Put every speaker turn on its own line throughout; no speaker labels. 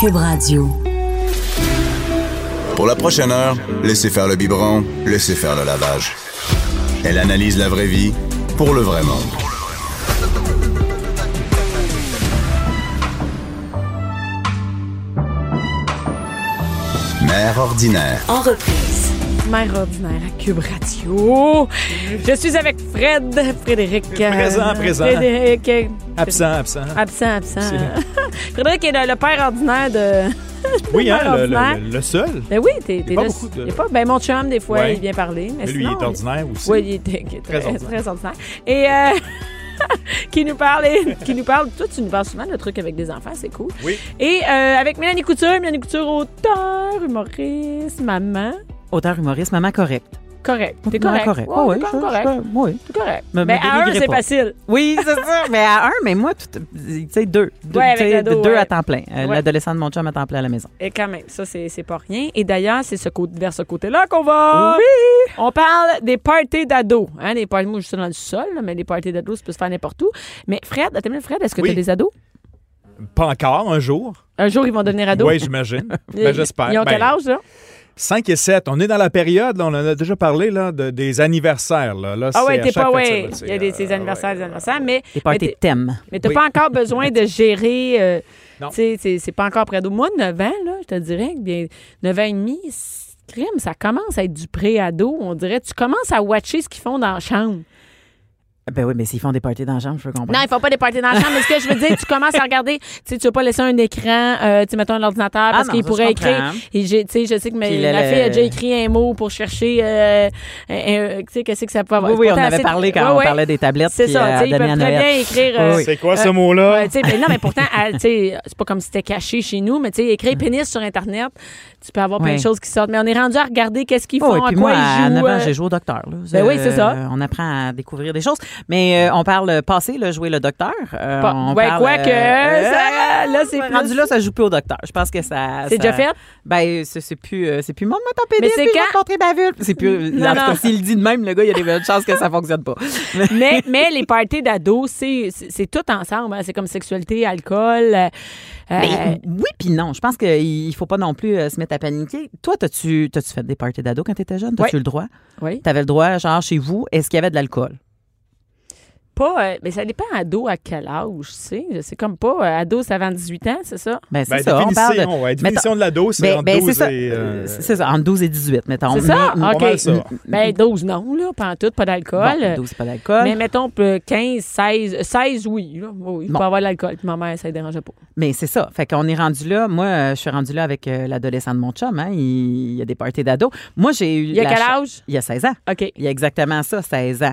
Cube Radio.
Pour la prochaine heure, laissez faire le biberon, laissez faire le lavage. Elle analyse la vraie vie pour le vrai monde. Mère ordinaire.
En reprise.
Mère ordinaire à Cube Radio. Je suis avec Fred, Frédéric. euh,
Présent, présent.
Frédéric, euh,
Absent, absent.
absent, absent. Frédéric est le, le père ordinaire de.
oui, hein,
Mère
le, le-
ordinaire.
le- le seul.
Ben oui, t'es t'es
pas
le-
beaucoup de-
il est pas- Ben mon chum, des fois,
Ouais.
il vient parler. Mais
Mais lui, il
sinon,
est ordinaire aussi.
Oui, il est il est très,
Très
très,
ordinaire.
ordinaire. Et euh, qui nous parle, et- qui nous parle. Toi, tu nous parles souvent de trucs avec des enfants, c'est cool.
Oui.
Et euh, avec Mélanie Couture, Mélanie Couture, auteur, humoriste, maman.
Auteur humoriste, maman correcte.
Correct. T'es
Maman
correct.
correcte.
Ouais,
Ah
t'es
je-
quand même correct.
je- oui.
T'es correct.
Me- me
Mais à un,
dénigrez
c'est
pas.
facile.
Oui, c'est ça. mais à un, mais moi, tout, tu sais, deux. Deux,
Ouais, avec
tu sais,
l'ado,
deux
ouais.
à temps plein. Euh,
Ouais.
L'adolescent de mon chum à temps plein à la maison.
Et quand même, ça, c'est c'est pas rien. Et d'ailleurs, c'est ce côté, vers ce côté-là qu'on va.
Oh Oui!
On parle des parties d'ados. Hein, des parties, moi, je suis dans le sol, là, mais les parties d'ados, ça peut se faire n'importe où. Mais Fred, attends une minute, Fred, est-ce que
Oui.
tu as des ados?
Pas encore, un jour.
Un jour, ils vont devenir ados.
Oui, j'imagine.
Ils-
ben, j'espère.
Ils ont
Ben,
quel âge, là?
5 et 7. On est dans la période, là, on en a déjà parlé, là, de- des anniversaires. Là. Là,
Ah
c'est
ouais,
à
t'es
chaque
pas,
fête, ça,
ouais.
là, c'est,
Il y a des,
euh,
des anniversaires, des
ouais.
anniversaires, mais.
Des
mais
parties
t'es-
thèmes.
Mais t'as
Oui.
pas encore besoin de gérer. euh,
Non.
tu sais, c'est- c'est pas encore près d'eau. Moi, 9 ans, là, je te dirais, que bien, 9 ans et demi, c'est- crime, ça commence à être du pré-ado. On dirait, tu commences à watcher ce qu'ils font dans la chambre.
Ben oui, mais s'ils font des parties dans la chambre, je peux comprendre.
Non, il faut pas des parties dans la chambre, mais ce que je veux dire, tu commences à regarder, tu sais, tu vas pas laisser un écran, euh, tu sais, mettons un ordinateur, parce
Ah non,
qu'il
ça,
pourrait
je comprends. hein.
écrire. Et j'ai- tu sais, je sais que ma,
Puis le-
ma
le-
fille a déjà écrit un mot pour chercher, euh, un- un- tu sais, qu'est-ce que ça peut avoir.
oui, oui, on
Pourtant,
avait
c'est-
parlé quand
ouais,
on
ouais.
parlait des tablettes.
C'est
puis,
ça,
euh,
tu sais, ils
donner à
peuvent très
Noël.
bien écrire, euh,
Oui, oui.
C'est quoi ce mot-là?
Ouais, tu sais, mais non, mais pourtant, à- tu sais, c'est pas comme si c'était caché chez nous, mais tu sais, écrire pénis sur Internet, tu peux avoir plein de
Ouais.
choses qui sortent. Mais on est rendu à regarder qu'est-ce qu'ils
Oh,
font,
et
à
puis
quoi
moi,
ils
à
jouent.
9 ans,
euh,
j'ai joué au docteur. Là.
Ben oui, c'est ça.
Euh, On apprend à découvrir des choses. Mais euh, on parle euh, passé, là, jouer le docteur. Euh,
Pas-
on
ouais,
parle, euh,
quoi que, ça- là, c'est
Rendu
plus-
là, ça joue plus au docteur. Je pense que ça...
C'est
ça-
déjà fait?
Ben, c'est c'est plus... euh, c'est plus, maman, t'en pénis,
Mais c'est
puis je vais
quand-
te montrer ma vulve. C'est plus...
Non,
en tout
non. Euh,
cas, S'il le dit de même, le gars, il y a des bonnes chances que ça fonctionne pas.
mais, mais les parties d'ados, c'est, c'est, c'est tout ensemble. hein. C'est comme sexualité, alcool. euh, euh,
Mais Ben, oui, puis non. Je pense qu'il faut pas non plus euh, se mettre à paniquer. Toi, t'as-tu t'as-tu fait des parties d'ado quand t'étais jeune? T'as-tu
Ouais.
eu le droit?
oui.
T'avais le droit, genre, chez vous, est-ce qu'il y avait de l'alcool?
Pas, euh, mais ça dépend ado à quel âge, tu sais. C'est comme pas euh, ado, c'est avant 18 ans, c'est ça?
Ben,
Ben,
c'est ça. On parle de...
définition, ouais,
Mettons-
définition de la dose, c'est
Ben-
entre
ben,
12
c'est ça.
et... euh,
Euh, C'est ça, entre 12 et 18, mettons.
C'est ça?
Mais-
Ah,
pas
OK.
mal ça.
Mm.
Ben, 12, non, là. Pas en tout, pas d'alcool.
Bon, 12, c'est pas d'alcool.
Mais
Mais,
mettons euh, 15, 16, euh, 16, oui. Là. Oui, il
Bon.
peut avoir de l'alcool. Puis ma mère, ça ne dérangeait pas.
c'est ça. Fait qu'on est rendu là. Moi, euh, je suis rendu là avec euh, l'adolescent de mon chum. Hein. Il, il y a des parties d'ados. Moi, j'ai eu.
Il y a
la
quel
chance-
âge?
Il y a 16 ans.
OK.
Il y a exactement ça, 16 ans.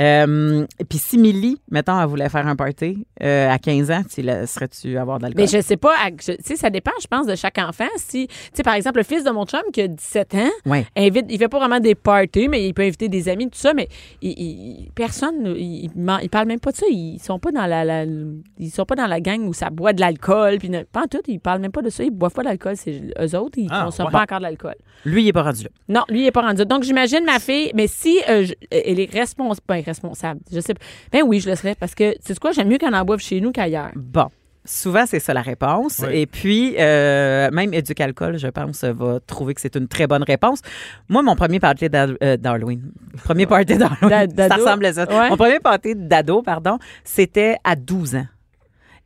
Euh, Puis si Millie, mettons, elle voulait faire un party euh, à 15 ans, tu la- serais-tu avoir de l'alcool?
Mais je sais pas, à- je- tu sais, ça dépend, je pense, de chaque enfant. Si, tu sais, par exemple, le fils de mon chum qui a 17 ans,
Ouais.
invite, il fait pas vraiment des parties, mais il peut inviter des amis, tout ça, mais il, il- personne, il, il m'en- il parle même pas de ça. Ils sont pas dans la, la- ils sont pas dans la gang où ça boit de l'alcool, puis ne- pas en tout, ils parlent même pas de ça, ils boivent pas d'alcool, c'est eux autres, ils
Ah,
consomment
ouais.
pas encore de l'alcool.
Lui, il n'est pas rendu là.
Non, lui, il n'est pas rendu. Donc, j'imagine ma fille, mais si euh, je- elle est responsable, pas responsable, je sais pas. Ben oui, je le serais parce que, c'est quoi, j'aime mieux qu'elle en boive chez nous qu'ailleurs.
Bon. Souvent, c'est ça la réponse.
Oui.
Et puis, euh, même Éducalcool, je pense, va trouver que c'est une très bonne réponse. Moi, mon premier party d'Hal- euh, d'Halloween, premier party
D'a-
d'Halloween, ça
d'ado?
ressemble à ça.
Ouais.
Mon premier party d'ado, pardon, c'était à 12 ans.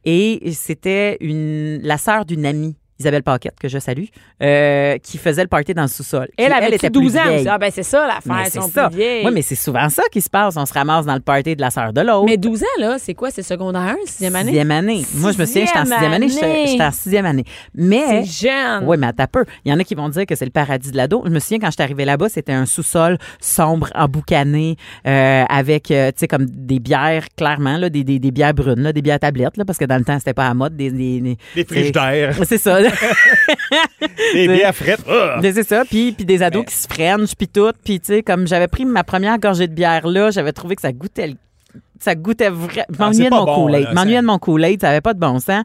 Et c'était une la sœur d'une amie, Isabelle Paquette, que je salue, euh, qui faisait le party dans le sous-sol. Puis
Elle avait
était plus
12 ans.
vieille.
aussi. Ah, ben c'est ça l'affaire,
Mais
ils
c'est
sont
ça.
plus vieilles.
Oui, mais c'est souvent ça qui se passe. On se ramasse dans le party de la sœur de l'autre.
Mais 12 ans, là, c'est quoi? C'est secondaire 1, 6e année?
Sixième année. Moi, je me souviens, j'étais en sixième année. J'étais j'étais en sixième année.
C'est
Mais.
jeune.
Oui, mais attends un peu. Il y en a qui vont dire que c'est le paradis de l'ado. Je me souviens, quand je suis arrivée là-bas, c'était un sous-sol sombre, emboucané, euh, avec, euh, tu sais, comme des bières, clairement, là, des, des, des bières brunes, là, des bières tablettes, là, parce que dans le temps, c'était pas à la mode. Des, des, des-
Des frigidaires,
C'est ça.
des bières frettes. Ah!
Mais c'est ça. Puis, puis des ados
Mais-
qui se frenchent, puis tout. Puis, tu sais, comme j'avais pris ma première gorgée de bière là, j'avais trouvé que ça goûtait le- Ça goûtait vraiment. Je m'ennuyais
Ah, c'est
de
pas
mon
bon,
Kool-Aid.
là,
Je m'ennuyais
c'est-
de mon Kool-Aid. Ça avait pas de bon sens.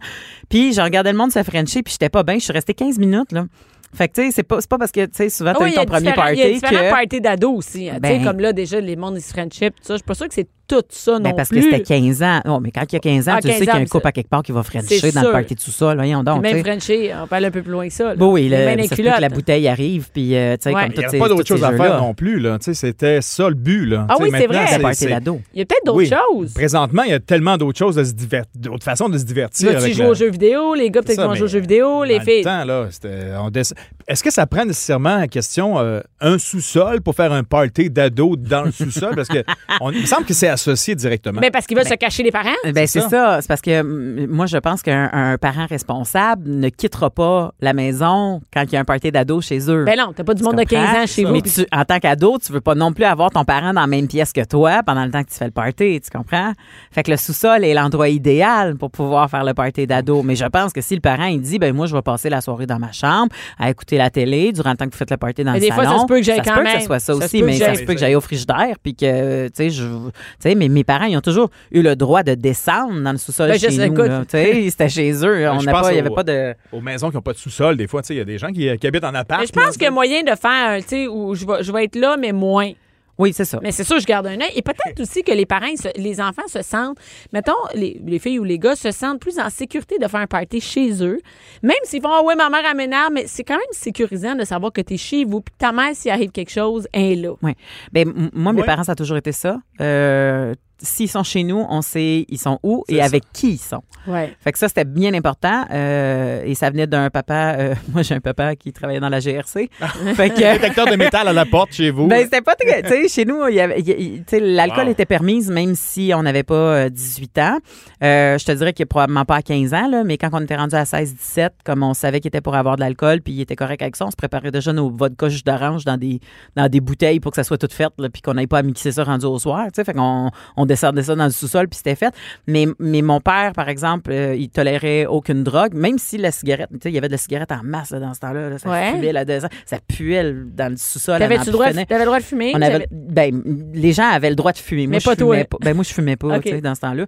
Puis, je regardais le monde se frencher, puis j'étais pas bien. Je suis restée 15 minutes, là. Fait que, tu sais, c'est pas, c'est pas parce que, tu sais, souvent,
Ah
t'as
oui,
eu
il y a
ton premier
différents-
party
Il y a différents
que.
parties d'ados aussi. hein. Tu sais,
Ben-
comme là, déjà, les mondes, ils se friendship, tout ça. Je suis pas sûre que c'est tout ça
Ben,
non
parce
plus.
que c'était 15 ans. Non, mais quand il y a 15 ans,
Ah,
tu sais
15
qu'il y a
ans,
un couple
c'est-
à quelque part qui va
c'est
frencher dans
sûr.
le party de sous-sol. Voyons donc. tu
même
sais.
Frenchie, on parle un peu plus loin que ça. là.
Bon,
Les
oui, là,
mains dans les
ça se peut que la
culottes.
bouteille arrive, puis euh, tu sais,
Ouais.
comme
Il n'y
toutes
avait
ces
pas d'autre
tous ces
chose à
jeux-là.
faire non plus. là. Tu sais, C'était ça le but. Là.
Ah
Tu sais,
oui, c'est
maintenant,
vrai.
C'était
C'est-
un party d'ado.
Il y a peut-être d'autres
Oui.
choses.
Présentement, il y a tellement d'autres choses, de se divert- d'autres façons de se
Tu
divertir.
vas-tu
avec
jouer
la-
aux jeux vidéo? Les gars, peut-être
Ça,
qu'ils vont
mais
jouer aux jeux vidéo. Les
dans le
filles.
temps, là, c'était- on dess- Est-ce que ça prend nécessairement en question euh, un sous-sol pour faire un party d'ados dans le sous-sol? Parce que on- il me semble que c'est associé directement.
Mais Ben, parce qu'ils veulent se cacher les parents?
Ben,
C'est
c'est
ça.
ça. C'est parce que mm, moi, je pense qu'un un parent responsable ne quittera pas la maison quand il y a un party d'ado chez eux.
Ben non, t'as pas du
Tu
monde de 15 ans
comprends?
chez vous.
Mais
puis-
tu- en tant qu'ado, tu veux pas non plus avoir ton parent dans la même pièce que toi pendant le temps que tu fais le party, tu comprends? Fait que le sous-sol est l'endroit idéal pour pouvoir faire le party d'ado. Mais je pense que si le parent, il dit, ben moi, je vais passer la soirée dans ma chambre à écouter la télé durant le temps que vous faites le party dans
Mais
le
des
salon.
fois, ça se peut que j'aille quand
que
même.
ça soit ça,
Ça se
aussi,
peut que
mais ça
j'aille.
se peut que j'aille au frigidaire puis que, tu sais, je, tu sais, mais mes parents, ils ont toujours eu le droit de descendre dans le sous-sol
Ben, je
chez
sais,
nous,
écoute.
là. Tu sais, c'était chez eux. On
Ben, je
n'a
pense
pas, il y
au-
avait pas de...
Aux maisons qui n'ont pas de sous-sol, des fois, tu sais, il y a des gens qui, qui habitent en appart.
Mais je pense qu'il y
là.
a moyen de faire, un, tu sais, où je vais, je vais être là, mais moins.
Oui, c'est ça.
Mais c'est sûr, je garde un œil. Et peut-être aussi que les parents, ils se- les enfants se sentent, mettons, les, les filles ou les gars se sentent plus en sécurité de faire un party chez eux. Même s'ils font, ah ouais, ma mère aménage, mais c'est quand même sécurisant de savoir que t'es chez vous, puis que ta mère, s'il arrive quelque chose, elle est là.
Oui. Ben, m- moi, mes
Ouais.
parents, ça a toujours été ça. Euh, S'ils sont chez nous, on sait ils sont où et
ça.
avec qui ils sont.
Ouais.
Fait que ça, c'était bien important. Euh, et ça venait d'un papa. euh, moi, j'ai un papa qui travaillait dans la GRC. fait que.
Détecteur de métal à la porte chez vous.
Ben, c'était pas très. Tu sais, chez nous, il y avait- il y- il- tu sais, l'alcool
Wow.
était permise même si on n'avait pas euh, 18 ans. Euh, je te dirais qu'il est probablement pas à 15 ans, là, mais quand on était rendu à 16-17, comme on savait qu'il était pour avoir de l'alcool, puis il était correct avec ça, on se préparait déjà nos vodka jus d'orange dans des, dans des bouteilles pour que ça soit tout fait, là, puis qu'on n'aille pas à mixer ça rendu au soir. Tu sais, fait qu'on on descendait ça dans le sous-sol, puis c'était fait. Mais, mais mon père, par exemple, euh, il tolérait aucune drogue, même si la cigarette, tu sais, il y avait de la cigarette en masse là, dans ce temps-là. là, ça
Ouais.
fumait, là, de- ça, ça puait le- dans le sous-sol. là,
T'avais-tu
dans
le droit, de-
pitonnet.
t'avais le droit de fumer?
On
T'avais-
avait, ben, les gens avaient le droit de fumer. Moi,
Mais
je
pas toi.
fumais Ben, moi, je fumais pas,
Ok.
tu sais, dans ce temps-là.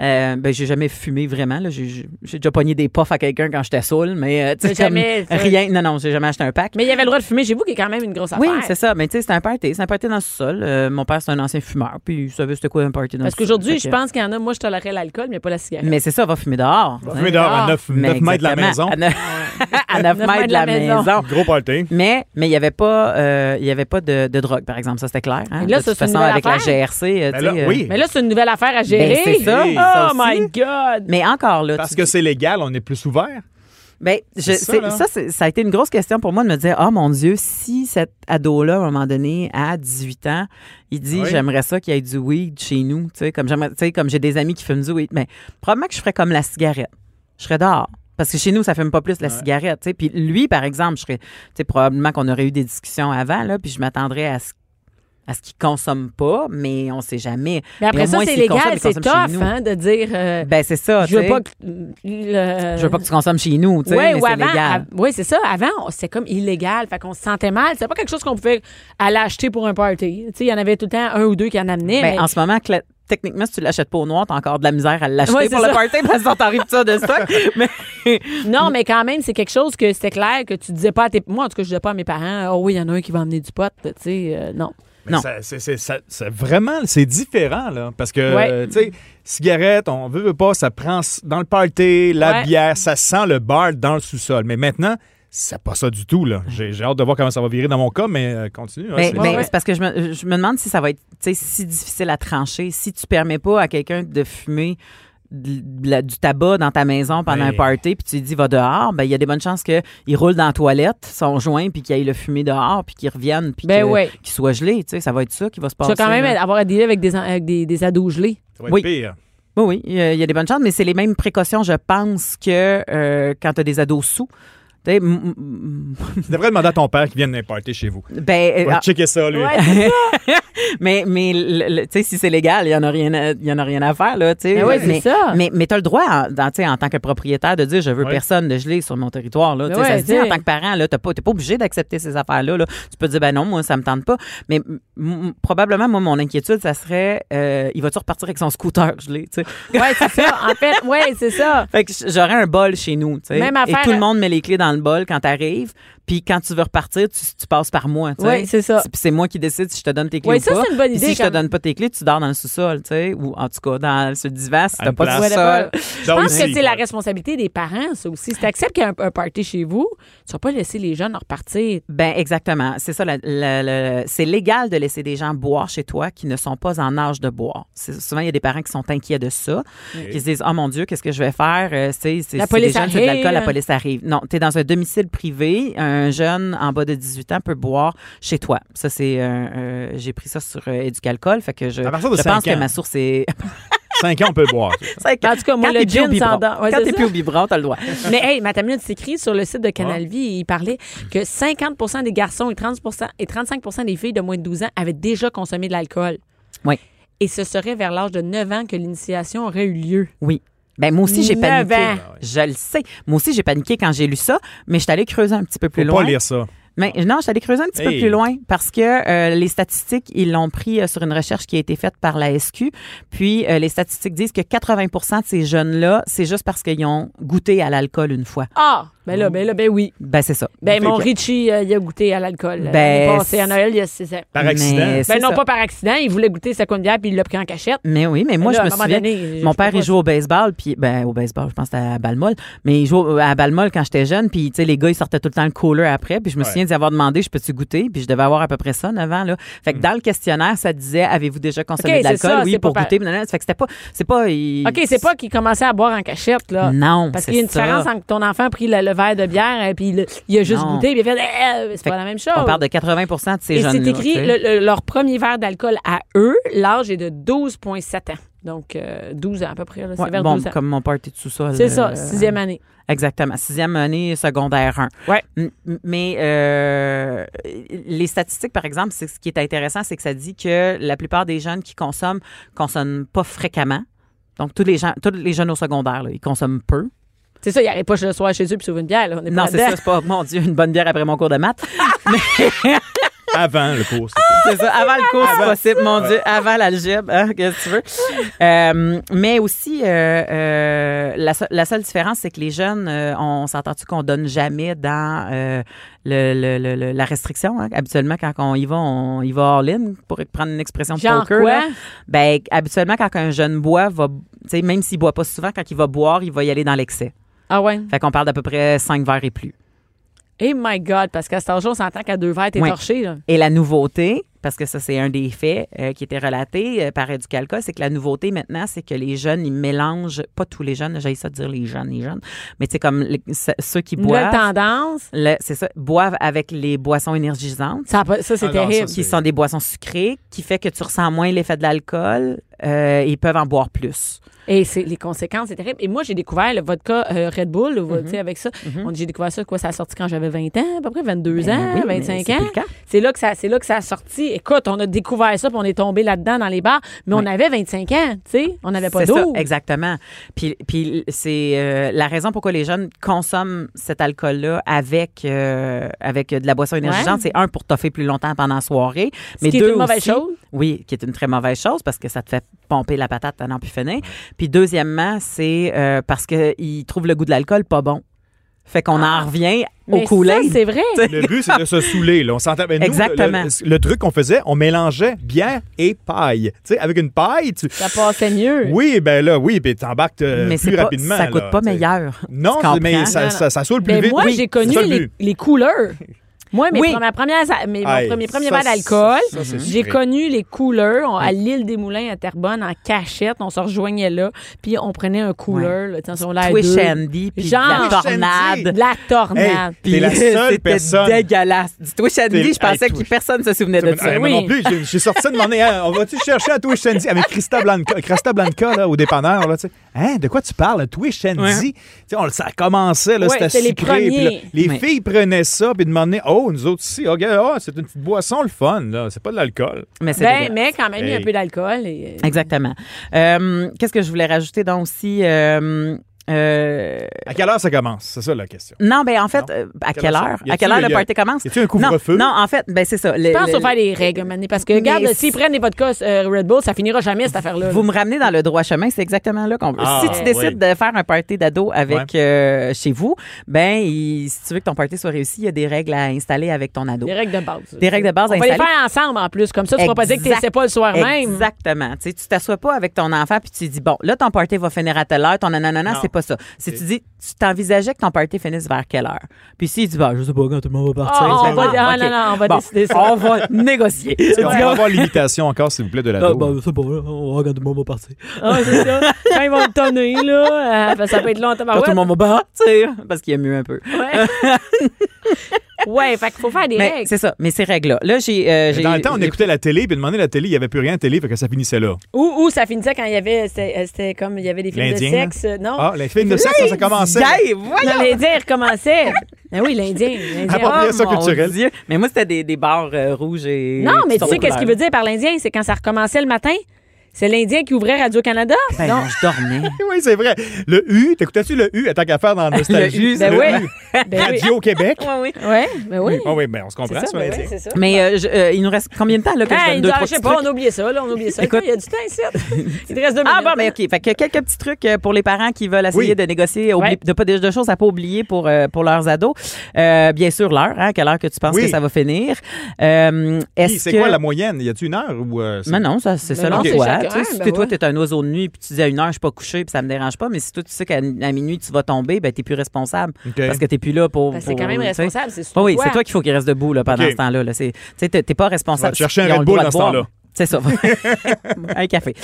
Euh, ben, j'ai jamais fumé vraiment, là. J'ai j'ai déjà pogné des puffs à quelqu'un quand j'étais saoul, mais, euh, tu sais,
Mais jamais,
comme
tu sais.
Rien. Non, non, j'ai jamais acheté un pack.
Mais il y avait le droit de fumer chez vous, qui est quand même une grosse
oui,
affaire.
c'est ça. Mais, tu sais, c'était un party. C'était un party dans le sol. mon père, c'est un ancien fumeur, puis il savait c'était quoi un party dans le
Parce
sous-sol.
qu'aujourd'hui, je
Fait que-
pense qu'il y en a, moi, je tolérais l'alcool, mais pas la cigarette.
Mais c'est ça, va fumer dehors.
Vous venez dehors à 9,
Mais
mètres de la maison.
exactement, À 9, mètres de la maison.
Gros party.
Mais mais il n'y avait pas, euh, il y avait pas de, de drogue, par exemple. Ça, c'était clair. hein.
Et là,
de
ça,
toute
c'est une
façon,
nouvelle
avec
affaire.
la GRC, euh,
Ben
tu
là,
sais, euh,
oui.
Mais là, c'est une nouvelle affaire à gérer.
Ben, c'est ça.
Oui.
ça
Oh
aussi.
my God!
Mais encore, là.
Parce
tu
que
dis-
c'est légal, on est plus ouvert.
ben, je-
c'est
c'est-
ça,
ça,
là.
c'est- ça a été une grosse question pour moi de me dire Oh mon Dieu, si cet ado-là, à un moment donné, à 18 ans, il dit
Oui.
J'aimerais ça qu'il y ait du weed chez nous, tu sais, comme, j'aimerais- tu sais, comme j'ai des amis qui fument du weed. Mais probablement que je ferais comme la cigarette. Je serais dehors. Parce que chez nous, ça fume pas plus la cigarette. tu sais. Puis lui, par exemple, je serais. tu sais, probablement qu'on aurait eu des discussions avant, là, puis je m'attendrais à ce à ce qu'il consomme pas, mais on sait jamais.
Mais après
au
ça,
moins,
c'est
s'il consomme,
légal,
il
c'est
consomme chez
tough
nous.
hein, de dire euh,
Ben, c'est ça.
je veux
tu
pas
sais.
que le-
Je veux pas que tu consommes chez nous, tu sais,
Ouais,
mais
ou
c'est
avant,
légal.
à- ouais, c'est ça. Avant, on- c'était comme illégal. Fait qu'on se sentait mal. C'est pas quelque chose qu'on pouvait aller acheter pour un party. Tu sais, il y en avait tout le temps un ou deux qui en amenaient.
Ben,
Eh, mais-
En ce moment, cla- techniquement, si tu l'achètes pas au noir, t'as encore de la misère à l'acheter
Ouais, c'est
pour
ça.
le party parce que t'arrives ça de stock. Mais
Non, mais quand même, c'est quelque chose que c'était clair que tu disais pas à tes. Moi, en tout cas, je disais pas à mes parents, oh oui, il y en a un qui va amener du pot. Tu sais, euh, non.
Mais
Non.
ça- c'est- c'est- ça- ça- vraiment, c'est différent, là. Parce que,
Ouais.
euh, tu sais, cigarette, on veut, veut pas, ça prend s- dans le party, la
Ouais.
bière, ça sent le bar dans le sous-sol. Mais maintenant, c'est pas ça du tout, là. J'ai j'ai hâte de voir comment ça va virer dans mon cas, mais euh, continue. hein,
Mais,
c'est-
mais
ouais.
c'est parce que je me, je me demande si ça va être tu sais, si difficile à trancher, si tu permets pas à quelqu'un de fumer de- de la- du tabac dans ta maison pendant
Ben.
un party, puis tu lui dis va dehors, ben il y a des bonnes chances qu'il roule dans la toilette, son joint, puis qu'il aille le fumer dehors, puis qu'il revienne, puis
Ben
que-
ouais.
qu'il soit gelé. Tu sais, ça va être ça qui va se
Tu
passer.
vas quand même
là.
avoir à dealer avec des, en- avec des, des ados gelés.
ça va être
oui.
pire.
Oui, oui, il y a- il y a des bonnes chances, mais c'est les mêmes précautions, je pense, que euh, quand tu as des ados sous. Tu sais, m- m-
Tu devrais demander à ton père qu'il vienne d'un party chez vous.
ben,
ah.
euh,
Va checker ça, lui.
mais mais le- le- tu sais, si c'est légal, il y en a rien à- il y en a rien à faire là, tu sais.
Ben oui, c'est
mais,
ça.
Mais mais tu as le droit en, dans- tu sais, en tant que propriétaire de dire je veux
Ouais.
personne de gelé sur mon territoire là,
Ben
Tu sais, ça
ouais,
se dit en
tu sais.
tant que parent là, tu pas t'es pas obligé d'accepter ces affaires là, Tu peux dire ben non, moi ça me tente pas, mais m- m- probablement moi mon inquiétude ça serait euh, il va tu repartir avec son scooter gelé, tu sais.
Ouais, c'est ça. En fait, ouais, c'est ça.
Fait que j'aurais un bol chez nous, tu sais.
Même
Et
affaire.
tout le monde met les clés dans le bol quand t'arrives. Puis quand tu veux repartir, tu, tu passes par moi. tu sais.
Oui, c'est ça.
Puis c'est moi qui décide si je te donne tes clés
Oui,
ou
ça,
pas.
c'est une bonne
Puis
idée,
Si je te
comme-
donne pas tes clés, tu dors dans le sous-sol, tu sais, ou en tout cas dans ce divan si
À
t'as
une
pas de
place.
sous-sol.
Je pense que c'est la responsabilité des parents, ça aussi. Si tu acceptes qu'il y a un, un party chez vous, tu vas pas laisser les jeunes repartir.
Ben exactement, c'est ça. la- la- la- c'est légal de laisser des gens boire chez toi qui ne sont pas en âge de boire. C'est- Souvent il y a des parents qui sont inquiets de ça, qui se disent oh mon Dieu qu'est-ce que je vais faire Euh, C'est c'est
La
c'est
police
des jeunes, c'est de l'alcool, la
arrive.
police arrive. Non, tu es dans un domicile privé, un jeune en bas de 18 ans peut boire chez toi. Ça c'est euh, euh, j'ai pris ça sur euh, Éducalcool, fait que je,
À partir de
je
cinq
pense que
ans.
ma source est
5 ans, on peut boire.
Cinq
En tout cas, moi,
Quand
le
t'es plus au
gin sans
biberon.
dent. Ouais,
Quand
c'est
t'es
ça.
plus au biberon, t'as le droit.
Mais hey, Madame Minute s'écrit sur le site de Canal Vie, il parlait que 50 des garçons et, 30 et 35 des filles de moins de 12 ans avaient déjà consommé de l'alcool.
Oui.
Et ce serait vers l'âge de 9 ans que l'initiation aurait eu lieu.
Oui. Ben, moi aussi, j'ai
Neuf
paniqué.
ans.
Ah
Je le sais. Moi aussi, j'ai paniqué quand j'ai lu ça, mais je suis allée creuser un petit peu plus
Faut
loin.
pas lire ça.
Mais non, je suis allée creuser un petit peu
Hey.
plus loin parce que euh, les statistiques, ils l'ont pris euh, sur une recherche qui a été faite par la SQ. Puis euh, les statistiques disent que 80 de ces jeunes-là, c'est juste parce qu'ils ont goûté à l'alcool une fois.
Ah! Ben là, ben là, ben oui.
Ben, c'est ça.
Ben,
Fait
mon
que-
Richie, euh, il a goûté à l'alcool.
Ben,
Ben, passé à Noël, il a c'est ça.
Par
Mais
accident.
c'est
Ben non,
ça.
pas par accident. Il voulait goûter sa coupe bière puis il l'a pris en cachette.
Mais oui, mais moi,
Là, Ben, à
je me
un moment
souviens,
donné, je-
mon
je peux
père, il
pas-
jouait au baseball, puis, ben, au baseball, je pense que c'était à Balmol, mais il jouait à Balmol quand j'étais jeune, puis, tu sais, les gars, ils sortaient tout le temps le cooler après, puis je me
Ouais.
souviens d'y avoir demandé, je peux-tu goûter, puis je devais avoir à peu près ça, 9 ans, là. Fait que dans le questionnaire, ça disait, avez-vous déjà consommé
Hmm. Ok,
de
c'est
l'alcool?
ça,
oui,
c'est
pour
pas par-
goûter, mais non, non, fait que c'était pas, c'est pas, il-
OK, c'est pas qu'il commençait à boire en cachette, là.
Non,
Parce qu'il y a une
c'est ça.
différence entre ton enfant a pris le, le verre de bière et puis il, il a juste
Non.
goûté et il a fait Eh, eh, c'est
Fait
pas la même chose.
On parle de 80 de ces
Et
jeunes-là.
c'est écrit,
tu sais.
le- le- leur premier verre d'alcool à eux, l'âge est de 12,7 ans. Donc, euh, 12 ans à peu près. là. C'est
Ouais,
vers
bon,
12 ans.
comme mon party de sous-sol.
C'est ça,
euh,
sixième année.
Exactement. Sixième année secondaire 1.
Ouais.
M- m- Mais euh, les statistiques, par exemple, c'est ce qui est intéressant, c'est que ça dit que la plupart des jeunes qui consomment consomment pas fréquemment. Donc, tous les, gens, tous les jeunes au secondaire, là, ils consomment peu.
C'est ça, il n'arrive pas le soir chez eux puis s'ouvre une bière. là. On est
Non,
pas
c'est
là-dedans.
ça, c'est pas, mon Dieu, une bonne bière après mon cours de maths.
Avant le cours. c'était-
C'est ça, avant le cours, c'est possible, mon Dieu, avant l'algèbre, hein, qu'est-ce que tu veux. Euh, mais aussi, euh, euh, la, so- la seule différence, c'est que les jeunes, euh, on s'entend-tu qu'on donne jamais dans euh, le, le- le- le- la restriction? hein? Habituellement, quand on y va, on y va all-in, pour prendre une expression de
Genre
poker.
quoi?
là. Ben, habituellement, quand un jeune boit, va, tu sais, même s'il boit pas souvent, quand il va boire, il va y aller dans l'excès.
Ah ouais.
Fait qu'on parle d'à peu près 5 verres et plus.
Hey my God, parce qu'à cet âge on s'entend qu'à deux verres, t'es
Ouais.
torché. Là.
Et la nouveauté, parce que ça, c'est un des faits euh, qui était relaté euh, par Educalca, c'est que la nouveauté maintenant, c'est que les jeunes, ils mélangent, pas tous les jeunes, j'ai ça de dire les jeunes, les jeunes, mais c'est comme les- ce- ceux qui
Nouvelle
boivent,
tendance.
le- c'est ça, boivent avec les boissons énergisantes,
Ça, a pas- ça, c'est
Ah non, ça,
terrible.
c'est-
qui sont des boissons sucrées, qui fait que tu ressens moins l'effet de l'alcool, euh, ils peuvent en boire plus.
Et c'est les conséquences, c'est terrible. Et moi, j'ai découvert le vodka euh, Red Bull, le
Mm-hmm.
vo- tu sais, avec ça. On- J'ai découvert ça, quoi, ça a sorti quand j'avais 20 ans, à peu près 22 ans,
Ben Eh oui, mais
25
c'est plus
ans.
le cas.
C'est là que ça, c'est là que ça a sorti. Écoute, on a découvert ça, puis on est tombé là-dedans dans les bars, mais on avait 25 ans, tu sais, on n'avait pas
C'est ça,
d'eau.
exactement. Puis, puis c'est euh, la raison pourquoi les jeunes consomment cet alcool-là avec, euh, avec de la boisson énergisante. C'est un, pour toffer plus longtemps pendant la soirée.
Ce qui est une mauvaise chose.
Oui, qui est une très mauvaise chose parce que ça te fait pomper la patate à n'en plus finir. Puis deuxièmement, c'est euh, parce qu'ils trouvent le goût de l'alcool pas bon. Fait qu'on en revient au
Ah. Mais
coulet.
ça, c'est vrai.
Le but, c'est de se saouler. Là. On s'entend. mais nous,
Exactement.
Le, le- le truc qu'on faisait, on mélangeait bière et paille. Tu sais, avec une paille, tu.
Ça passait mieux.
Oui, ben là, oui, puis t'embarques euh,
mais
plus
c'est pas,
rapidement.
ça
là,
coûte pas
tu sais.
meilleur.
Non,
Tu comprends?
mais
Non,
ça,
non.
ça, ça saoule plus
Ben
vite.
moi,
Oui,
j'ai
c'est
connu
ça le
les,
but.
les couleurs. Moi, mes
Oui.
premières- premières- mes- mon
Aïe,
premier, premier
ça,
verre d'alcool,
ça, c'est
j'ai
sucré.
connu les couleurs on- à l'île des Moulins à Terrebonne en cachette. On se rejoignait là, puis on prenait un couleur. là, tu sais, on l'a à
Twitch
deux.
Andy, puis de la
Genre.
tornade.
De la tornade.
Hey, T'es la seule
c'était
personne.
dégueulasse. Du Twitch Andy,
T'es-
je pensais
Hey,
que
Twitch.
personne se souvenait de ça.
Ah, moi
oui.
non plus, j'ai- j'ai sorti de mon nez. hein. On va-tu chercher à Twitch Sandy avec Christa Blanca, Christa Blanca là, au dépanneur? Là, tu sais. hein, de quoi tu parles? Twitch Sandy? Tu sais, on le- Ça commençait, là,
Ouais,
c'était
c'était les
sucré. puis là,
premiers.
les
Ouais.
filles prenaient ça, puis demandaient Oh, nous autres ici, OK, ah, c'est une petite boisson, le fun. là. C'est pas de l'alcool.
Mais c'est
Ben,
dégueulasse.
mais quand même, il y a un
Hey.
peu d'alcool. et-
Exactement. Euh, Qu'est-ce que je voulais rajouter donc aussi? euh, Euh,
À quelle heure ça commence? C'est ça la question.
non, ben en fait,
Non.
euh, à
Quelle
quelle
heure ça?
heure?
Y a-t-il-
À quelle heure
y
le
a-
party commence?
Y a-t-il un
Non,
couvre-feu?
non, en fait, ben c'est ça. Le-
Je pense
le-
au faire des règles, maintenant, parce que, regarde,
Mais
s'ils prennent des vodkas euh, Red Bull, ça finira jamais, cette affaire-là.
Vous me ramenez dans le droit chemin, c'est exactement là qu'on veut.
Ah,
si tu décides de faire un party d'ado avec euh, chez vous, ben il- si tu veux que ton party soit réussi, il y a des règles à installer avec ton ado.
Des règles de base.
Des règles de base
On va les
installées.
faire ensemble, en plus. Comme ça, tu ne vas pas dire que tu
Exact.
sais pas le soir même.
Exactement. Tu sais, tu t'assois pas avec ton enfant puis tu dis bon, là ton party va finir à telle heure, ton nanana,
Non.
c'est pas ça. Si tu dis tu t'envisageais que ton party finisse vers quelle heure Puis s'il dit bah je sais pas quand tout le monde va partir.
Ah, on
tu fais,
va-
bon,
ah,
ok.
non, non, on va
Bon,
décider ça.
On va négocier.
Est-ce qu'on va avoir l'imitation encore, s'il vous plaît, de
Ah,
la
ben,
bah, c'est pas vrai, on regarde le moment partir.
Ah, c'est ça. Quand ils vont le tonner, là, euh, ben, ça peut être longtemps.
Quand tout le monde va partir parce qu'il y a mieux un peu.
Ouais. ouais, fait qu'il faut faire des
Mais
règles.
c'est ça, mais ces règles là. Là j'ai euh, j'ai-
Dans le temps, on
j'ai-
écoutait la télé, puis demandait la télé, il n'y avait plus rien à télé, fait que ça finissait là.
Ou, ou ça finissait quand il y avait. C'était euh, c'était comme il y avait des films de
L'Indien,
sexe. euh, Non.
Ah, les films de sexe, ça, ça commençait.
Hey, voyons!
Non, L'Indien recommençait. Ben oui, l'Indien. l'Indien.
Appropriation
Ah, mon
culturelle.
Dieu. Mais moi, c'était des, des barres euh, rouges et.
Non, mais tu sais
toutes sortes de
qu'est-ce qu'il veut dire
couleurs.
par l'Indien? C'est quand ça recommençait le matin? C'est l'Indien qui ouvrait Radio-Canada?
Ben, non, je dormais.
Oui, c'est vrai. Le U, t'écoutais-tu le U, tant qu'à faire dans Nostalgie?
Le U,
Ben
Le
oui.
U.
Ben oui.
Radio-Québec.
Ouais, ben oui.
Ah oui, ben on se comprend,
C'est ça,
sur
ben
l'Indien.
oui, c'est ça.
Mais euh, je- euh, il nous reste combien de temps là, que je
Ah,
donne
il
deux,
nous
trois
a- je sais
petits
pas,
trucs?
on a oublié ça, là, on a oublié ça.
Écoute-
il y a du temps ici. Il te reste deux minutes.
Ah bon, mais OK. Fait que quelques petits trucs euh, pour les parents qui veulent essayer
ben- Oui.
de négocier, oubli-
Ouais.
de pas de choses à pas oublier pour, euh, pour leurs ados. Euh, bien sûr, l'heure, hein, quelle heure que tu penses
Oui.
que ça va finir. Euh,
Puis,
Est-ce
C'est
que...
quoi la moyenne? Y a-tu une heure ou. euh, c'est-
Mais non, ça, c'est
Mais
selon
non, c'est
toi.
chacun,
Tu sais, si
ben
t'es- toi,
ouais.
tu es un oiseau de nuit puis tu dis à une heure, je suis pas couché puis ça me dérange pas, mais si toi, tu sais qu'à à minuit, tu vas tomber, ben, tu plus responsable
OK.
parce que tu plus là pour.
Ben, c'est
pour-
quand même
tu sais.
responsable, c'est
Oui,
surtout
oui,
toi.
c'est toi qu'il faut qu'il reste debout là, pendant
OK.
ce temps-là. Là. C'est- Tu sais, t'es- t'es pas responsable.
Tu vas te chercher un
Ils
Red
ont le
Bull
droit de
dans ce
boire.
temps-là.
C'est ça. un café.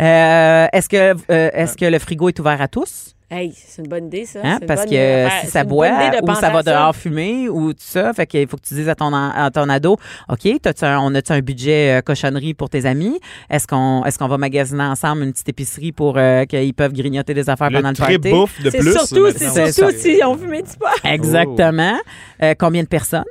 Euh, est-ce que, euh, est-ce que le frigo est ouvert à tous?
Hey, c'est une bonne idée, ça.
Hein?
C'est une
Parce
bonne-
que
ouais,
si
c'est
ça
une bonne
boit
idée de
ou
penser
ça va
à
dehors fumer ou tout ça, fait qu'il faut que tu dises à ton, en- à ton ado, OK, as-tu un, on a-tu un budget euh, cochonnerie pour tes amis? Est-ce qu'on est qu'on va magasiner ensemble une petite épicerie pour euh, qu'ils peuvent grignoter des affaires pendant
Le
le party?
trip bouffe de
C'est
plus.
surtout,
maintenant,
c'est
c'est surtout
ça.
si on fumait du pot.
Exactement.
Oh.
Euh, combien de personnes?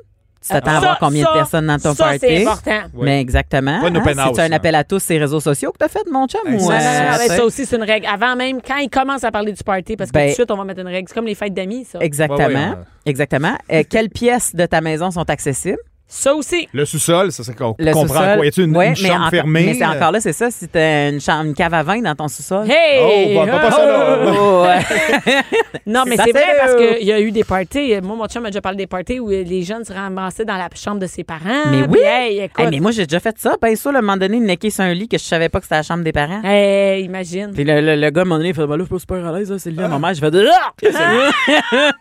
Tu t'attends à
Ça,
avoir combien
ça,
de personnes dans ton
ça,
party?
c'est important.
Ouais.
Mais exactement.
Pas une open house,
c'est
hein.
un appel à tous ces réseaux sociaux que t'as fait, mon chum.
Ben,
ou,
c'est
euh,
Non, non, non,
tu
mais
sais?
ça aussi, c'est une règle. Avant même, quand ils commencent à parler du party, parce que
Ben-
tout de suite, on va mettre une règle. C'est comme les fêtes d'amis, ça.
Exactement.
Ouais, hein. ouais, ouais.
Exactement. Euh, quelles pièces de ta maison sont accessibles?
Ça aussi.
Le sous-sol, ça, c'est qu'on
Le
comprend
sous-sol.
quoi. Y a-tu une,
Ouais,
une chambre
encore-
fermée?
Mais c'est encore là, c'est ça. Si t'as une, chambre, une cave à vin dans ton sous-sol.
Hey!
Oh, bah, pas ça, là.
Oh, ouais.
Non, mais
Ça,
c'est vrai
c'est-
parce qu'il y a eu des parties. Moi, mon chum a déjà parlé des parties où les jeunes se ramassaient dans la chambre de ses parents.
Mais
Puis,
oui.
Hey, écoute.
Hey, mais moi, j'ai déjà fait ça. Ben, ça, là, à un moment donné, necker sur un lit que je savais pas que c'était la chambre des parents.
Hey, imagine.
Puis le, le- le gars, à un moment donné, il fait Ben là, je suis pas super à l'aise, là, c'est le lit à ma mère. Je fais de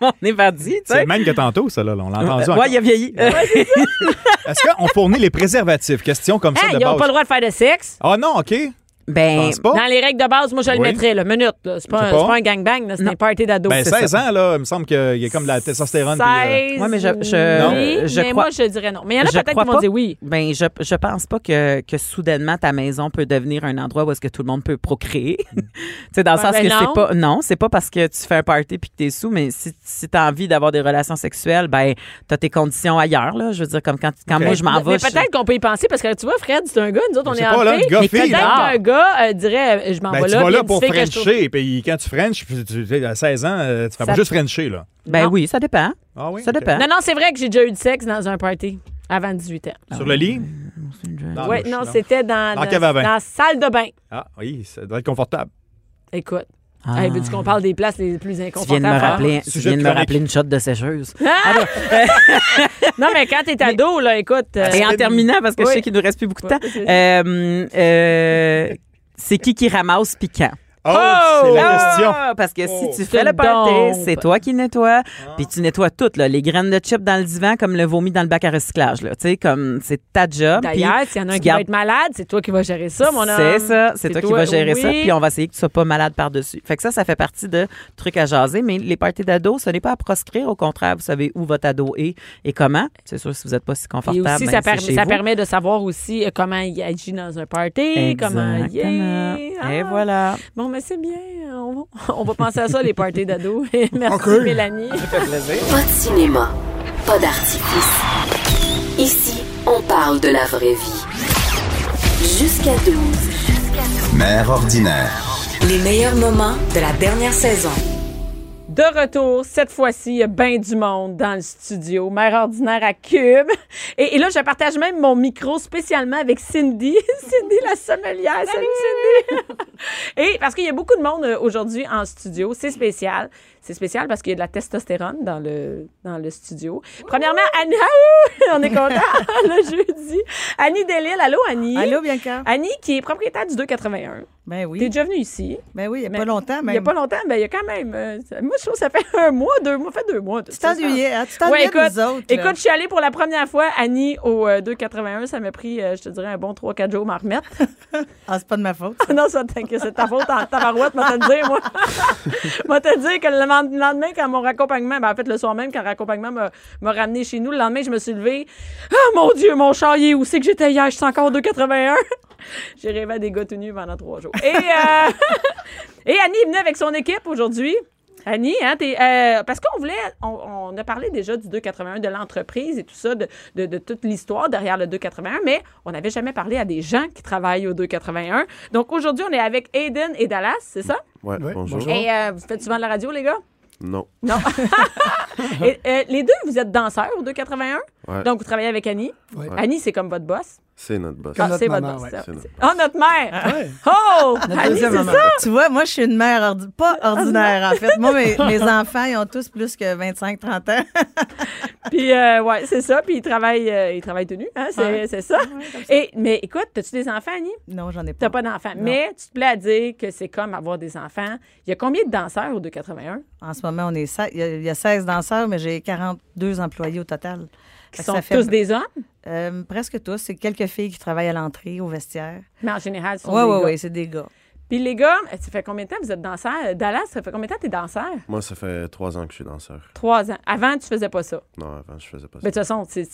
On est parti, tu
Ah! C'est
sais.
le même que tantôt, ça, là. On l'a entendu. encore.
Ouais, il a vieilli.
Est-ce qu'on fournit les préservatifs? Question comme ça
Hey,
de
ils n'ont
base.
pas le Eh, droit de faire de sexe.
Ah non, OK. Je
ben,
pense pas.
Dans les règles de base, moi, je le
Oui.
mettrais, là. Minute, là. C'est
Je
pas,
sais
un-
pas.
c'est pas un gangbang, là. C'est un party d'ado.
Ben, 16 ans, là, il me semble qu'il y a comme de la testostérone. puis, euh,
16,
Ouais, mais je- je-
oui,
Non. je
mais
crois-
moi, je dirais non. Mais il y en a
Je
peut-être
crois
qui vont
pas.
dire oui.
Ben, je, je pense pas que, que soudainement ta maison peut devenir un endroit où est-ce que tout le monde peut procréer. tu sais, dans le
Ah,
sens
ben
que
non.
c'est pas. Non, c'est pas parce que tu fais un party puis que t'es sous, mais si, si t'as envie d'avoir des relations sexuelles, ben, t'as tes conditions ailleurs, là. Je veux dire, comme quand, quand
Ok.
moi je m'en
Mais
vais. je-
peut-être qu'on peut y penser parce que tu vois, Fred, c'est un gars, nous autres, on
Je
est
sais pas, là,
hantés.
le gars
Mais
fille,
peut-être
là.
Ah.
Peut-être qu'un gars euh, dirait euh, Je m'en
Ben,
vais
tu
là.
vas là
puis il y a une
pour
petite fille que je trouve-
Frencher. Puis quand tu French, puis tu, tu- à 16 ans, euh, tu fais pas
Ça-
juste Frencher, là.
Ben
Non.
oui, ça dépend.
Ah oui?
Ça
OK.
dépend.
Non, non, c'est vrai que j'ai déjà eu du sexe dans un party avant 18 ans.
Sur le lit? Dans la
oui,
douche,
non, c'était dans,
Dans la cave à vin.
dans la salle de bain.
Ah oui, ça doit être confortable.
Écoute.
Ah.
Hey, veux-tu Ah, qu'on parle des places les plus
Tu viens
inconfortables? Ah!
de me rappeler, tu
Sujet
viens de me
chronique.
rappeler une shot de sécheuse.
Non, mais quand t'es ado, là, écoute. euh,
Et en terminant, parce que je
Oui.
sais qu'il nous reste plus beaucoup de
Ouais,
temps, euh, euh, c'est qui qui ramasse puis quand?
Oh, c'est la question.
Ah, parce que
Oh.
si tu
C'est
fais le
une
party,
dompe.
c'est toi qui nettoies,
Ah.
puis tu nettoies tout, là, les graines de chips dans le divan comme le vomi dans le bac à recyclage. Là, tu sais, comme c'est ta job. puis
D'ailleurs, s'il y en a un
tu
qui va
gardes-
être malade, c'est toi qui vas gérer ça, mon homme.
C'est ça, c'est toi, qui vas gérer ça,
oui.
puis on va essayer que tu sois pas malade par-dessus. Fait que ça, ça fait partie de trucs à jaser, mais les parties d'ados, ce n'est pas à proscrire. Au contraire, vous savez où votre ado est et comment. C'est sûr, si vous n'êtes pas si
Et
confortable,
aussi,
ben,
ça,
c'est
permet-
chez
ça
vous.
permet de savoir aussi euh, comment il agit dans un party, comment...
Exactement.
Yeah!
Et
Ah!
voilà.
Bon, mais c'est bien. On va, on va penser à ça, les parties d'ados. Merci, Mélanie.
Pas de cinéma, pas d'artifice. Ici, on parle de la vraie vie. Jusqu'à 12,
Mère ordinaire.
Les meilleurs moments de la dernière saison.
De retour, cette fois-ci, il y a bien du monde dans le studio. Mère ordinaire à Cube. Et, et là, je partage même mon micro spécialement avec Cindy. Cindy, la sommelière. Salut, Cindy. et parce qu'il y a beaucoup de monde euh, aujourd'hui en studio. C'est spécial. C'est spécial parce qu'il y a de la testostérone dans le, dans le studio. Premièrement, Annie. Ah, ouh! on est content le jeudi. Annie Delille. Allô, Annie.
Allô, Bianca?
Annie, qui est propriétaire du 281.
Ben oui.
T'es déjà venue ici.
Ben oui, il n'y a
Mais-
pas longtemps,
Il
mais.
n'y a pas longtemps, ben, il y a quand même. euh, ça- moi, je trouve que ça fait un mois, deux mois, fait deux mois.
Tu t'ennuyais, hein? Tu t'ennuyais
Ouais,
de
écoute,
nous autres. là.
Écoute, je suis allée pour la première fois, Annie, au euh, 281. Ça m'a pris, euh, je te dirais, un bon 3-4 jours à m'en remettre.
Ah, c'est pas de ma faute.
Ah non, ça, t'inquiète, c'est ta faute en tabarouette, moi, te le dire, moi. moi, te le dire que le lend- lendemain, quand mon raccompagnement, ben, en fait, le soir même, quand le raccompagnement m'a- m'a ramené chez nous, le lendemain, je me suis levée. Ah, mon Dieu, mon char, il est où c'est que j'étais hier? Je suis encore 2,81. J'ai rêvé à des gars tout nus pendant trois jours. Et, euh, et Annie est venue avec son équipe aujourd'hui. Annie, hein, t'es, euh, parce qu'on voulait, on, on a parlé déjà du 281, de l'entreprise et tout ça, de, de- de toute l'histoire derrière le 281, mais on n'avait jamais parlé à des gens qui travaillent au 281. Donc aujourd'hui, on est avec Aiden et Dallas, c'est ça?
Ouais, bonjour.
Et euh, vous faites souvent de la radio, les gars?
Non.
Non. Et, euh, les deux, vous êtes danseurs au 281,
Ouais.
donc vous travaillez avec Annie.
Ouais.
Annie, c'est comme votre boss.
C'est notre boss.
Ah,
notre
c'est votre
maman,
boss.
ouais.
ça.
C'est notre
Oh, notre mère! Oh! Annie,
Deuxième
c'est
maman.
ça!
Tu vois, moi, je suis une mère ordi- pas ordinaire, en fait. Moi, mes, mes enfants, ils ont tous plus que 25-30 ans.
Puis, euh, ouais, c'est ça. Puis, il travaille, euh, il travaille tout nu, hein, c'est
Ouais.
c'est ça. Et, mais écoute, as-tu des enfants, Annie?
Non, j'en ai
T'as
pas.
pas d'enfants.
Non.
Mais tu te plais à dire que c'est comme avoir des enfants. Il y a combien de danseurs au 281?
En ce moment, on est se- il y a- il y, a 16 danseurs, mais j'ai 42 employés au total.
Qui
Fait que
sont
ça fait-
tous des hommes,
Euh, presque tous. C'est quelques filles qui travaillent à l'entrée, au vestiaire.
mais en général, ce sont
Oui,
des
oui,
gars.
oui, c'est des gars.
Puis les gars, euh, ça fait combien de temps que vous êtes danseur? Euh, Dallas, ça fait combien de temps que t'es danseur?
Moi, ça fait trois ans que je suis danseur.
Trois ans. Avant, tu faisais pas ça.
Non, avant, je faisais pas ça.
Mais de toute façon, tu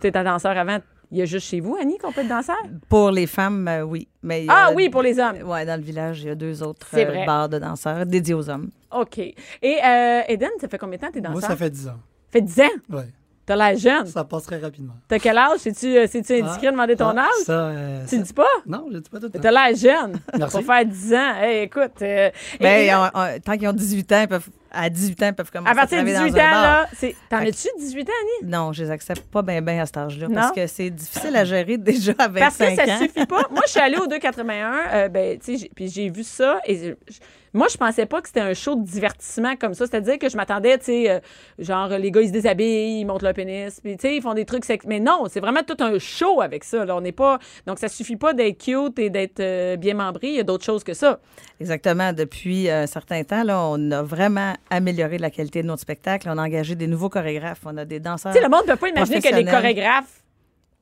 tu étais danseur avant. Il y a juste chez vous, Annie, qu'on peut être danseur?
Pour les femmes, euh, oui. Mais il y a-
Ah oui, pour les hommes.
Ouais, dans le village, il y a deux autres
C'est
euh,
vrai.
bars de danseurs dédiés aux hommes.
OK. Et euh, Eden, ça fait combien de temps que t'es danseur?
Moi, ça fait 10 ans.
Ça fait 10 ans.
Ouais.
T'as l'air jeune.
Ça passe très rapidement.
T'as quel âge? C'est-tu euh, c'est-tu
Ah,
indiscret de demander ton
ah,
âge?
Ça, euh,
Tu
ça-
le dis pas?
Non, je le dis pas tout le
T'as
temps.
l'air jeune.
Merci.
Pour faire 10 ans. Hey, écoute. euh,
Ben,
et- et-
on- on- tant qu'ils ont 18 ans, ils peuvent, à 18 ans, ils peuvent commencer
à partir de
travailler
18 ans,
dans un bar.
là, c'est. T'en
Fait que-
as-tu 18 ans, Annie?
Non, je les accepte pas bien bien à cet âge-là.
Non?
Parce que c'est difficile à gérer déjà à 25
Parce que ça
ans.
suffit pas. Moi, je suis allée au 281, euh, ben, tu sais, j'ai- puis j'ai vu ça. Et je- je- moi, je pensais pas que c'était un show de divertissement comme ça. C'est-à-dire que je m'attendais, tu sais, euh, genre, les gars, ils se déshabillent, ils montent leur pénis, puis, tu sais, ils font des trucs. sex- Mais non, c'est vraiment tout un show avec ça. Là. On n'est pas. Donc, ça suffit pas d'être cute et d'être euh, bien membré. Il y a d'autres choses que ça.
Exactement. Depuis un certain temps, là, on a vraiment amélioré la qualité de notre spectacle. On a engagé des nouveaux chorégraphes. On a des danseurs.
Tu sais, le monde ne peut pas imaginer que des
Professionnel.
chorégraphes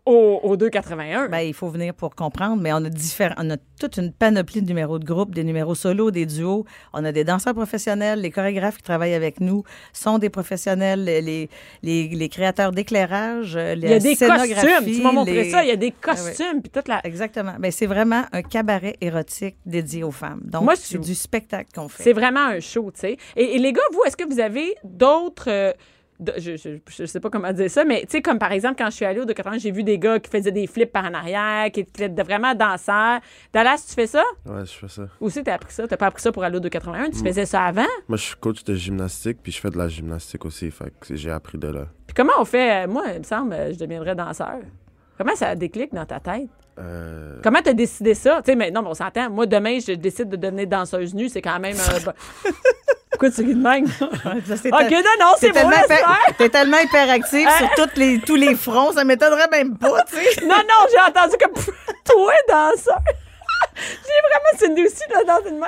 au, au 281.
Ben, il faut venir pour comprendre, mais on a, différents, on a toute une panoplie de numéros de groupe, des numéros solos, des duos. On a des danseurs professionnels, les chorégraphes qui travaillent avec nous sont des professionnels, les, les, les- les créateurs d'éclairage, euh,
il y a
la
des
scénographie,
costumes. Tu m'as montré
les- Ah
ça. Il y a des costumes. Puis toute la.
Exactement. Ben, c'est vraiment un cabaret érotique dédié aux femmes. Donc,
Moi, je suis-
c'est du spectacle qu'on fait.
C'est vraiment un show, tu sais. Et, et les gars, vous, est-ce que vous avez d'autres. euh, de- je, je, je sais pas comment dire ça, mais tu sais, comme par exemple, quand je suis allée au 281, j'ai vu des gars qui faisaient des flips par en arrière, qui étaient de- vraiment danseurs. Dallas, tu fais ça?
Ouais, je fais ça.
Ou si t'as appris ça? T'as pas appris ça pour aller au 281? Tu faisais ça avant?
Moi, je suis coach de gymnastique, puis je fais de la gymnastique aussi. Fait que j'ai appris de là.
Puis comment on fait? euh, Moi, il me semble, euh, je deviendrais danseur. Comment ça déclic dans ta tête?
Euh,
Comment t'as décidé ça? Tu sais, mais non, mais on s'entend. Moi, demain, je décide de devenir danseuse nue. C'est quand même. euh, bon. Pourquoi tu ris de même?
Ça,
OK,
c'est ta-
non, non, c'est Hein?
T'es
bon,
tellement,
laisse
hyper-
faire.
t'es tellement hyperactive sur toutes les, tous les fronts, ça m'étonnerait même pas, tu sais.
Non, non, j'ai entendu que pff, toi, danseur. j'ai vraiment Cindy aussi là, dans une main.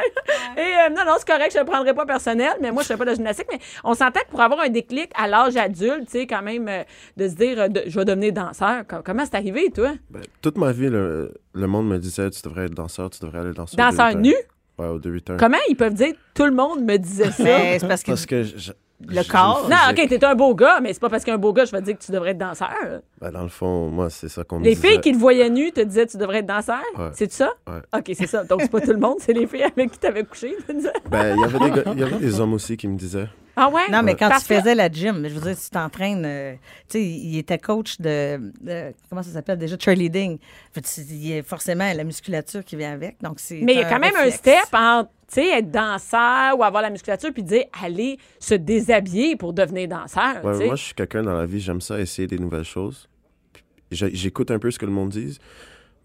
Et euh, non, non, c'est correct, je ne le prendrai pas personnel, mais moi, je ne fais pas de gymnastique. Mais on s'entend que pour avoir un déclic à l'âge adulte, tu sais, quand même, euh, de se dire, euh, de- je vais devenir danseur. Com- Comment c'est arrivé, toi?
ben, toute ma vie, le, le monde me disait tu devrais être danseur, tu devrais aller danser. au
Danseur
281.
nu?
Ouais, au 281.
Comment ils peuvent dire, tout le monde me disait ça?
Mais c'est parce que
Parce que je- je-
le
Oh, je-
corps.
Non, OK, t'es un beau gars, mais c'est pas parce qu'un beau gars, je vais te dire que tu devrais être danseur.
Ben, dans le fond, moi, c'est ça qu'on me
Les
disait.
filles qui te voyaient nu te disaient tu devrais être danseur.
Ouais.
C'est ça?
Ouais.
OK, c'est ça. Donc, c'est pas tout le monde, c'est les filles avec qui t'avais couché. tu disais.
Ben, il y avait des gars- il y avait des hommes aussi qui me disaient.
Ah ouais?
Non, mais quand
Parce
tu
que-
faisais la gym, je veux dire, tu t'entraînes. euh, tu sais, il était coach de. de- comment ça s'appelle déjà? Cheerleading. Fait que c'est- Il y a forcément la musculature qui vient avec. Donc, c'est.
Mais il y a quand même
réflexe.
un step entre tu sais, être danseur ou avoir la musculature, puis dire aller se déshabiller pour devenir danseur.
Ouais,
tu sais.
moi, je suis quelqu'un dans la vie, j'aime ça, essayer des nouvelles choses. Puis j'ai- J'écoute un peu ce que le monde dit,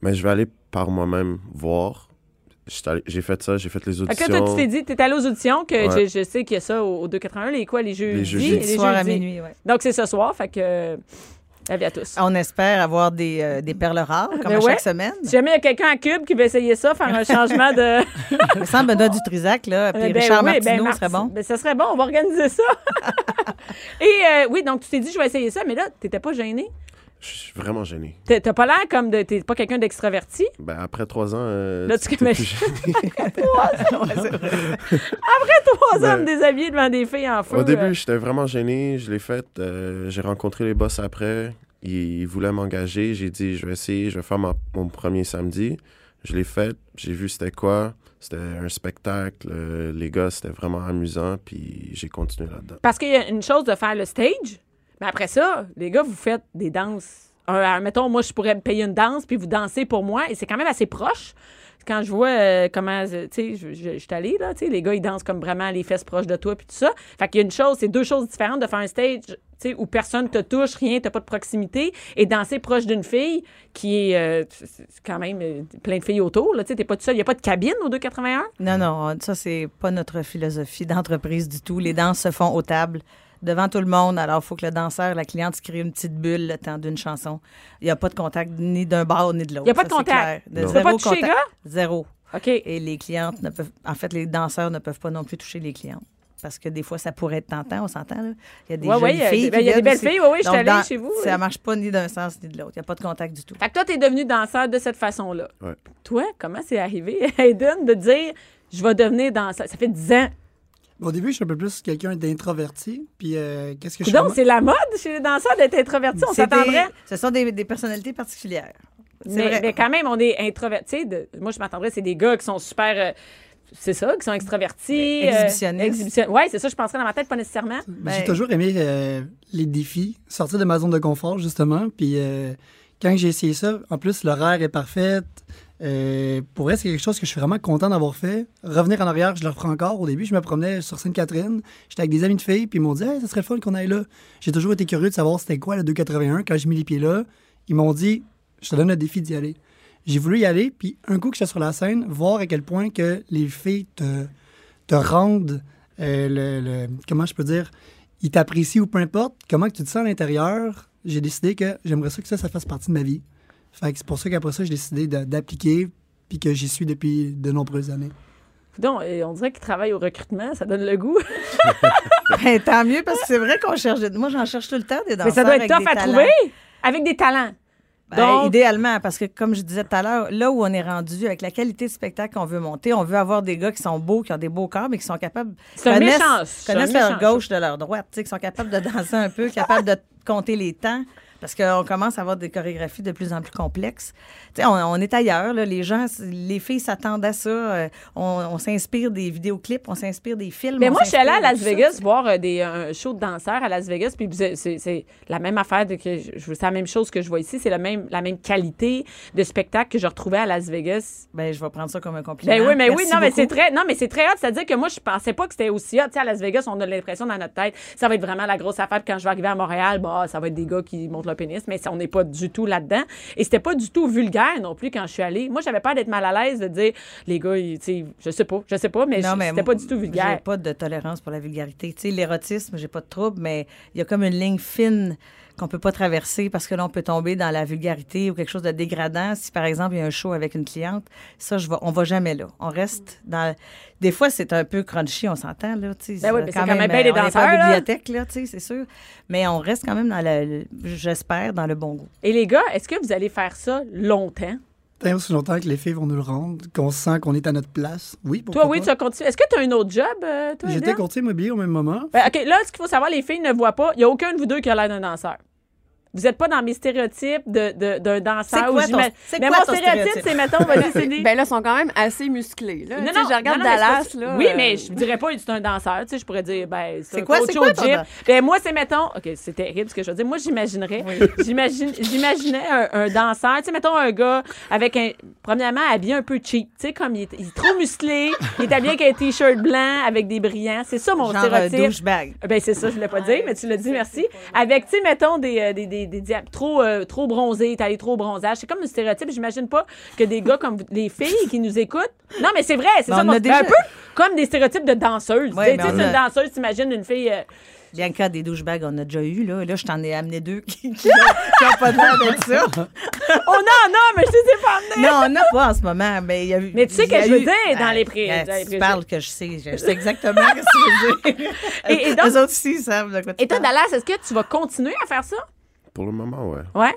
mais je vais aller par moi-même voir. J'étais allé- J'ai fait ça, j'ai fait les
Fait que
auditions.
là, toi, tu t'es dit, t'es allé aux auditions, que
Ouais.
je, je sais qu'il y a ça au, au 281, les quoi, les jeudis?
Les jeudis.
et
Jeudi
Jeudi soir à
jeudis.
minuit, ouais.
Donc, c'est ce soir, fait que... euh, la vie à tous.
On espère avoir des, euh, des perles rares, comme
Mais
à
Ben ouais.
chaque semaine.
Si jamais il y a quelqu'un à Cube qui veut essayer ça, faire un changement de...
Il me semble Benoît Dutrisac, là, puis
Euh, ben
Richard
oui, ben
Martineau
Marti-
serait bon.
ben, ça serait bon, on va organiser ça. Et euh, oui, donc tu t'es dit, je vais essayer ça, mais là, t'étais pas gêné.
Je suis vraiment gêné.
T'as t'as pas l'air comme de. T'es pas quelqu'un d'extraverti.
Ben, après trois ans. euh,
Là, tu
t'es
connais-
plus gêné.
Trois
Ben,
hommes déshabillés devant des filles en feu.
Au
euh,
début, j'étais vraiment gêné. Je l'ai fait. euh, j'ai rencontré les boss après. Ils, ils voulaient m'engager. J'ai dit, je vais essayer. Je vais faire ma- mon premier samedi. Je l'ai fait. J'ai vu c'était quoi. C'était un spectacle. euh, les gars, c'était vraiment amusant. Puis j'ai continué là-dedans.
Parce qu'il y a une chose de faire le stage, mais après ça, les gars, vous faites des danses. Un à un. mettons, moi, je pourrais me payer une danse, puis vous dansez pour moi, et c'est quand même assez proche. Quand je vois euh, comment, euh, tu sais, je, je- je suis allée, là, tu sais, les gars, ils dansent comme vraiment les fesses proches de toi, puis tout ça. Fait qu'il y a une chose, c'est deux choses différentes de faire un stage, tu sais, où personne te touche, rien, t'as pas de proximité, et danser proche d'une fille qui est euh, c'est- c'est quand même euh, plein de filles autour, là, tu sais, t'es pas tout seul. Il y a pas de cabine au 281?
Non, non, ça, c'est pas notre philosophie d'entreprise du tout. Les danses se font aux tables, devant tout le monde. Alors, il faut que le danseur, la cliente, se crée une petite bulle le temps d'une chanson. Il n'y a pas de contact ni d'un bar ni de l'autre.
Il y a pas
Ça,
de
c'est
contact.
clair. De
Tu
Non.
peux pas
zéro
toucher les
contact.
gars?
Zéro.
OK.
Et les clientes ne peuvent. En fait, les danseurs ne peuvent pas non plus toucher les clientes. Parce que des fois, ça pourrait être tentant, on s'entend. là. Il y a des
Ouais,
jolies
ouais, il y a-
filles.
ben,
qui
il y a des
viennent
belles
aussi.
filles, ouais, ouais, je suis
Donc,
allée
dans-
chez vous.
Ça marche pas ni d'un sens ni de l'autre. Il n'y a pas de contact du tout.
Fait que toi, t'es devenu danseur de cette façon-là.
Ouais.
Toi, comment c'est arrivé, Aiden, de dire je vais devenir danseur? Ça fait 10 ans.
Au début, je suis un peu plus quelqu'un d'introverti. Puis euh, qu'est-ce que je
Donc,
suis.
c'est la mode chez les danseurs d'être introverti. On
C'est des-
s'attendrait.
Ce sont des, des personnalités particulières. C'est
Mais,
vrai.
mais quand même, on est introverti. De- Moi, je m'attendrais, c'est des gars qui sont super. euh, c'est ça, qui sont extravertis.
Euh, exhibitionnistes.
Oui, c'est ça, je penserais dans ma tête, pas nécessairement.
Ben, J'ai
Ben-
toujours aimé euh, les défis, sortir de ma zone de confort, justement. Puis euh, quand j'ai essayé ça, en plus, l'horaire est parfait. Euh, pour vrai, c'est quelque chose que je suis vraiment content d'avoir fait. Revenir en arrière, je le reprends encore. Au début, je me promenais sur Sainte-Catherine. J'étais avec des amis de filles, puis ils m'ont dit Hey, ça serait le fun qu'on aille là. J'ai toujours été curieux de savoir c'était quoi le 281. Quand j'ai mis les pieds là, ils m'ont dit Je te donne le défi d'y aller. J'ai voulu y aller, puis un coup que j'étais sur la scène, voir à quel point que les filles te, te rendent euh, le, le- Comment je peux dire Ils t'apprécient ou peu importe, comment que tu te sens à l'intérieur, j'ai décidé que j'aimerais ça que ça, ça fasse partie de ma vie. Fait que c'est pour ça qu'après ça, j'ai décidé de- d'appliquer, puis que j'y suis depuis de nombreuses années.
Donc, euh, on dirait qu'ils travaillent au recrutement, ça donne le goût.
Ben, tant mieux, parce que c'est vrai qu'on cherche. de- Moi, j'en cherche tout le temps des danseurs.
Mais ça doit être
avec
tough
des
à
talents.
trouver avec des talents.
Ben,
Donc-
idéalement, parce que comme je disais tout à l'heure, là où on est rendu, avec la qualité de spectacle qu'on veut monter, on veut avoir des gars qui sont beaux, qui ont des beaux corps, mais qui sont capables.
C'est un
connaissent-
méchant, c'est un
Connaissent
méchant,
leur gauche de leur droite, tu sais, qui sont capables de danser un peu, capables de compter les temps. Parce qu'on commence à avoir des chorégraphies de plus en plus complexes. Tu sais, on, on est ailleurs, là, les gens, les filles s'attendent à ça. euh, on on s'inspire des vidéoclips, on s'inspire des films.
Mais
on
moi, je suis allée à
s'inspire de
Las
tout ça,
Vegas voir euh, des, un show de danseurs à Las Vegas, puis c'est- c'est c'est la même affaire de que je- je- c'est la même chose que je vois ici, c'est la même la même qualité de spectacle que je retrouvais à Las Vegas.
Ben, je vais prendre ça comme un compliment.
Ben oui, mais oui,
Merci
non, mais
beaucoup.
c'est très, non, mais c'est très hot. C'est-à-dire que moi, je pensais pas que c'était aussi hot. Tu sais, à Las Vegas, on a l'impression dans notre tête, ça va être vraiment la grosse affaire. Puis quand je vais arriver à Montréal, bah, ça va être des gars qui montent le pénis, mais on n'est pas du tout là-dedans. Et c'était pas du tout vulgaire non plus quand je suis allée. Moi, j'avais peur d'être mal à l'aise de dire, les gars, ils- tu sais, je sais pas, je sais pas, mais,
Non,
je-
mais
c'était pas du tout vulgaire.
J'ai pas de tolérance pour la vulgarité. Tu sais, l'érotisme, j'ai pas de trouble, mais il y a comme une ligne fine qu'on peut pas traverser parce que là, on peut tomber dans la vulgarité ou quelque chose de dégradant. Si, par exemple, il y a un show avec une cliente, ça, je vais, on va jamais là. On reste dans... Des fois, c'est un peu crunchy, on s'entend, là, tu sais.
Ben oui, mais c'est quand même bien
euh,
les
on est pas
danseurs, là.
à la bibliothèque, là, tu sais, c'est sûr. Mais on reste quand même dans le- le... J'espère, dans le bon goût.
Et les gars, est-ce que vous allez faire ça longtemps?
Tant et aussi longtemps que les filles vont nous le rendre, qu'on sent qu'on est à notre place. Oui, pourquoi
Toi, oui,
pas?
tu as continué. Est-ce que tu as un autre job, euh, toi,
J'étais
Hélène?
courtier immobilier au même moment.
Ben, OK, là, ce qu'il faut savoir, les filles ne voient pas. Il n'y a aucun de vous deux qui a l'air d'un danseur. Vous n'êtes pas dans mes stéréotypes de- de- d'un danseur.
C'est quoi
où
ton-
j'ima-
c'est
mais
quoi
mon
ton
stéréotype,
stéréotype?
c'est, mettons, vas-y, Cindy.
Ben là, ils sont quand même assez musclés. Là. Tu sais, je regarde
non, non, mais
Dallas.
c'est pas-
Là,
oui,
euh,
mais je dirais pas c'est un danseur. Tu sais, je pourrais dire, ben, c'est
C'est
un
quoi-
coach
c'est quoi
au
ton
gym.
dan-
Ben, moi, c'est, mettons, OK, c'est terrible ce que je veux dire. Moi, j'imaginerais, j'imagine, j'imaginais un, un danseur, tu sais, mettons un gars avec un, premièrement, habillé un peu cheap, tu sais, comme il est, il est trop musclé, il est habillé avec un T-shirt blanc, avec des brillants. C'est ça, mon
Genre euh,
stéréotype.
douchebag.
Ben c'est ça, je voulais pas dire, mais tu l'as dit, merci. Avec, tu sais, mettons des, euh, des, des, des diables trop, euh, trop bronzés, t'as les trop au bronzage. C'est comme un stéréotype. J'imagine pas que des gars comme vous- les filles qui nous écoutent. Non, mais c'est vrai, c'est
Ben,
ça.
on
mon-
a
ben,
déjà-
Un peu comme des stéréotypes de danseuses. Tu
Ouais,
sais,
mais
c'est
on
une
a-
danseuse, t'imagines une fille. euh,
Bianca, des douchebags, on a déjà eu. Là, là je t'en ai amené deux qui n'ont pas l'air d'être ça.
Oh non, non, mais je sais pas amené.
Non, on n'a pas en ce moment. Mais, il y a eu-
Mais tu sais
il y a
que je veux
eu-
dire dans
Ah,
les pré-
ah,
dans les
Tu
préjugés.
parles que je sais. Je sais exactement ce que tu veux dire.
Et- et donc-
Eux autres aussi ils savent de quoi tu
Et toi,
parles.
Dallas, est-ce que tu vas continuer à faire ça?
Pour le moment, ouais.
Ouais.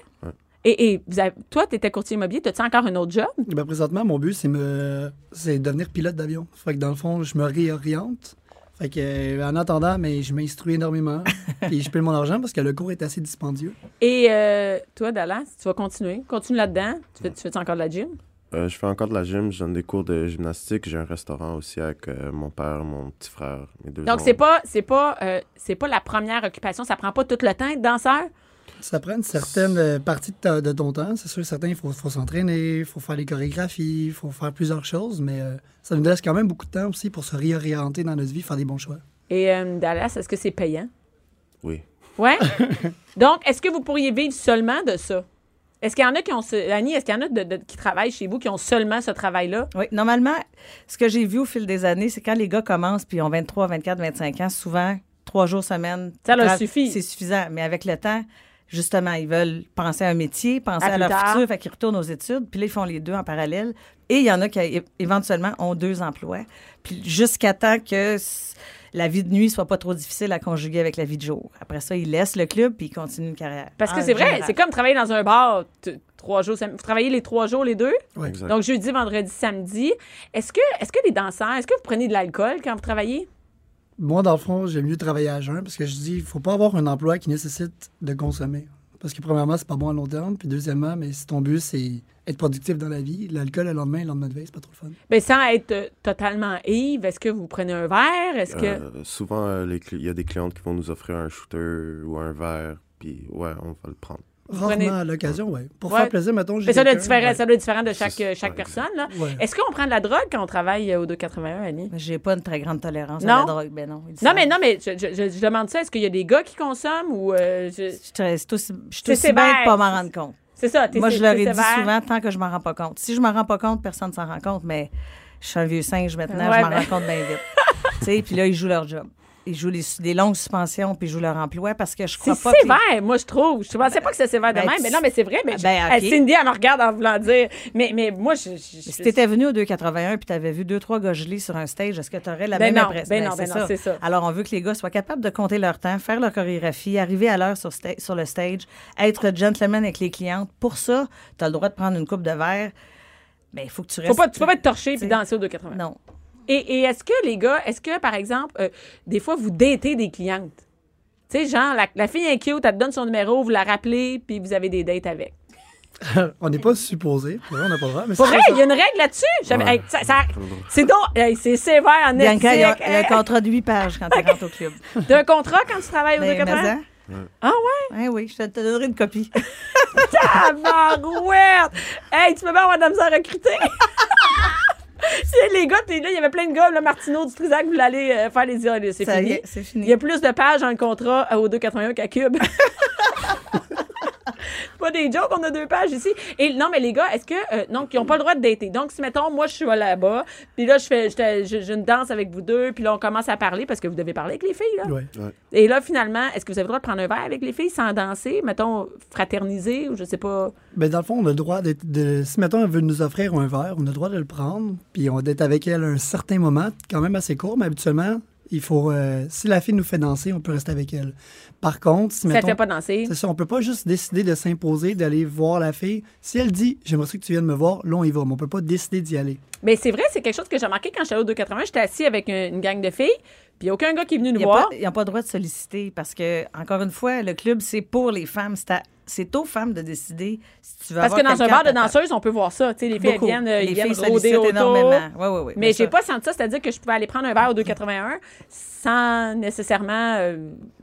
Et, et vous avez- toi, t'étais courtier immobilier, t'as-tu encore un autre job?
Ben, présentement, mon but, c'est me... c'est devenir pilote d'avion. Fait que dans le fond, je me réoriente. Fait que, euh, en attendant, mais je m'instruis énormément. et je paie mon argent parce que le cours est assez dispendieux.
Et euh, toi, Dallas, tu vas continuer? Continue là-dedans? Tu fais- tu fais-tu encore de la gym?
Euh, je fais encore de la gym, je donne des cours de gymnastique, j'ai un restaurant aussi avec euh, mon père, mon petit frère, mes deux
Donc,
oncles.
c'est pas, c'est pas, euh, c'est pas la première occupation. Ça prend pas tout le temps être danseur.
Ça prend une certaine euh, partie de, ta- de ton temps. C'est sûr, certains, il faut, faut s'entraîner, il faut faire les chorégraphies, il faut faire plusieurs choses, mais euh, ça nous laisse quand même beaucoup de temps aussi pour se réorienter dans notre vie, faire des bons choix.
Et euh, Dallas, est-ce que c'est payant?
Oui.
Ouais. Donc, est-ce que vous pourriez vivre seulement de ça? Est-ce qu'il y en a qui ont ce... Annie, est-ce qu'il y en a de- de- qui travaillent chez vous qui ont seulement ce travail-là?
Oui, normalement, ce que j'ai vu au fil des années, c'est quand les gars commencent puis ils ont 23, 24, 25 ans, souvent, trois jours semaine.
Ça leur
tra-
suffit.
C'est suffisant. Mais avec le temps, justement, ils veulent penser à un métier, penser
À
à,
plus
leur
tard.
futur, fait qu'ils retournent aux études, puis là, ils font les deux en parallèle. Et il y en a qui, é- éventuellement, ont deux emplois. Puis jusqu'à temps que s- la vie de nuit soit pas trop difficile à conjuguer avec la vie de jour. Après ça, ils laissent le club puis ils continuent une carrière.
Parce que
En
c'est vrai,
général.
c'est comme travailler dans un bar t- trois jours. sem- Vous travaillez les trois jours, les deux?
Ouais.
Exact.
Donc, jeudi, vendredi, samedi. Est-ce que, est-ce que les danseurs, est-ce que vous prenez de l'alcool quand vous travaillez?
Moi, dans le fond, j'aime mieux travailler à jeun parce que je dis, il faut pas avoir un emploi qui nécessite de consommer. Parce que premièrement, c'est pas bon à long terme, puis deuxièmement, mais si ton but c'est être productif dans la vie, l'alcool le lendemain, le lendemain de veille, c'est pas trop le fun.
Ben, sans être euh, totalement ivre, est-ce que vous prenez un verre? Est-ce que...
Euh, souvent, euh, les cli- il y a des clientes qui vont nous offrir un shooter ou un verre, puis ouais, on va le prendre.
Rarement
prenez-
à l'occasion, ouais. Pour
Ouais.
faire plaisir, mettons, j'ai
Mais ça doit, être
quelqu'un-
différent, ça doit être différent de chaque,
C'est-
euh, chaque
ouais,
personne. là.
Ouais.
Est-ce qu'on prend de la drogue quand on travaille euh, au 281, Annie?
J'ai pas une très grande tolérance
Non.
à la drogue. Ben non. ils le
Non,
savent.
mais non, mais je, je- je- je demande ça. Est-ce qu'il y a des gars qui consomment ou. euh, je-
Je suis très- c'est aussi- je suis
C'est
aussi bête
sévère.
de pas m'en rendre compte.
C'est ça, t'es
Moi,
sé-
je leur
t'es
ai dit
sévère.
souvent, tant que je m'en rends pas compte. Si je m'en rends pas compte, personne ne s'en rend compte, mais je suis un vieux singe maintenant,
Ouais,
je m'en
ben.
rends compte bien vite. tu sais, puis là, ils jouent leur job. Ils jouent les, des longues suspensions, puis ils jouent leur emploi parce que je
C'est
crois pas que...
sévère, moi, je trouve. Je pensais pas que c'est sévère de
ben,
même.
tu-
Mais non, mais c'est vrai. Mais je-
Ben, ok.
euh, Cindy, elle me regarde en voulant dire. Mais, mais moi, je. je-
Si t'étais venu au 281 puis t'avais vu deux, trois gars gelés sur un stage, est-ce que t'aurais la
Ben
même
non,
impression?
ben non, ben non, c'est ça.
Alors, on veut que les gars soient capables de compter leur temps, faire leur chorégraphie, arriver à l'heure sur, sta- sur le stage, être gentleman avec les clientes. Pour ça, t'as le droit de prendre une coupe de verre, mais il faut que tu
Faut
restes...
pas, tu peux pas être torché puis
T'sais.
danser au 281.
Non.
Et, et est-ce que, les gars, est-ce que, par exemple, euh, des fois, vous datez des clientes? Tu sais, genre, la, la fille est cute, elle te donne son numéro, vous la rappelez, puis vous avez des dates avec.
On n'est pas supposé, pour vrai, on n'a pas le droit. Mais
Pour
c'est
vrai,
ça.
il y a une règle là-dessus. J'avais-
Ouais.
hey, ça- ça- c'est donc, hey, c'est sévère en
Bianca, il y, a, il y a un
éthique.
contrat de 8 pages quand tu rentres au club.
T'as un contrat quand tu travailles au
Ben,
280?
mais
Ah ouais?
en- hein, oui, je te te donnerai une copie.
Tabarouette! Hey, tu peux pas avoir de la misère à recruter? C'est les gars, t'es là, il y avait plein de gars, là, Martineau du Trisac voulait aller euh, faire les idoles. C'est
Ça y
fini.
est, c'est fini.
Il y a plus de pages dans le contrat euh, au 281 qu'à Cube. C'est pas des jokes, on a deux pages ici. Et non, mais les gars, est-ce que. euh, non, ils n'ont pas le droit de dater. Donc, si mettons, moi, je suis là-bas, puis là, je fais je, te- je- je ne danse avec vous deux, puis là, on commence à parler parce que vous devez parler avec les filles, là.
Ouais.
Et là, finalement, est-ce que vous avez le droit de prendre un verre avec les filles sans danser, mettons, fraterniser ou je sais pas.
Ben, dans le fond, on a le droit d'être. De... Si, mettons, elle veut nous offrir un verre, on a le droit de le prendre, puis on d'être avec elle un certain moment, quand même assez court, mais habituellement, il faut. euh, si la fille nous fait danser, on peut rester avec elle. Par contre, si,
Ça te
mettons.
fait pas danser.
C'est ça, on peut pas juste décider de s'imposer, d'aller voir la fille. Si elle dit, j'aimerais ça que tu viennes me voir, là, on y va, mais on peut pas décider d'y aller.
Mais c'est vrai, c'est quelque chose que j'ai remarqué quand j'étais au 280. J'étais assis avec une, une gang de filles, puis aucun gars qui est venu nous
Il y a
voir.
pas- Ils n'ont pas le droit de solliciter parce que, encore une fois, le club, c'est pour les femmes. C'est à c'est aux femmes de décider si tu veux
Parce que
avoir
dans un
quelqu'un
bar de
à ta-
danseuses, on peut voir ça. Tu sais, les filles,
Beaucoup.
elles viennent, euh,
Les
ils viennent
filles
rôder
sollicitent
autour.
énormément. Oui, oui, oui.
Mais
ça-
j'ai pas senti ça, c'est-à-dire que je pouvais aller prendre un verre au 2,81 sans nécessairement euh,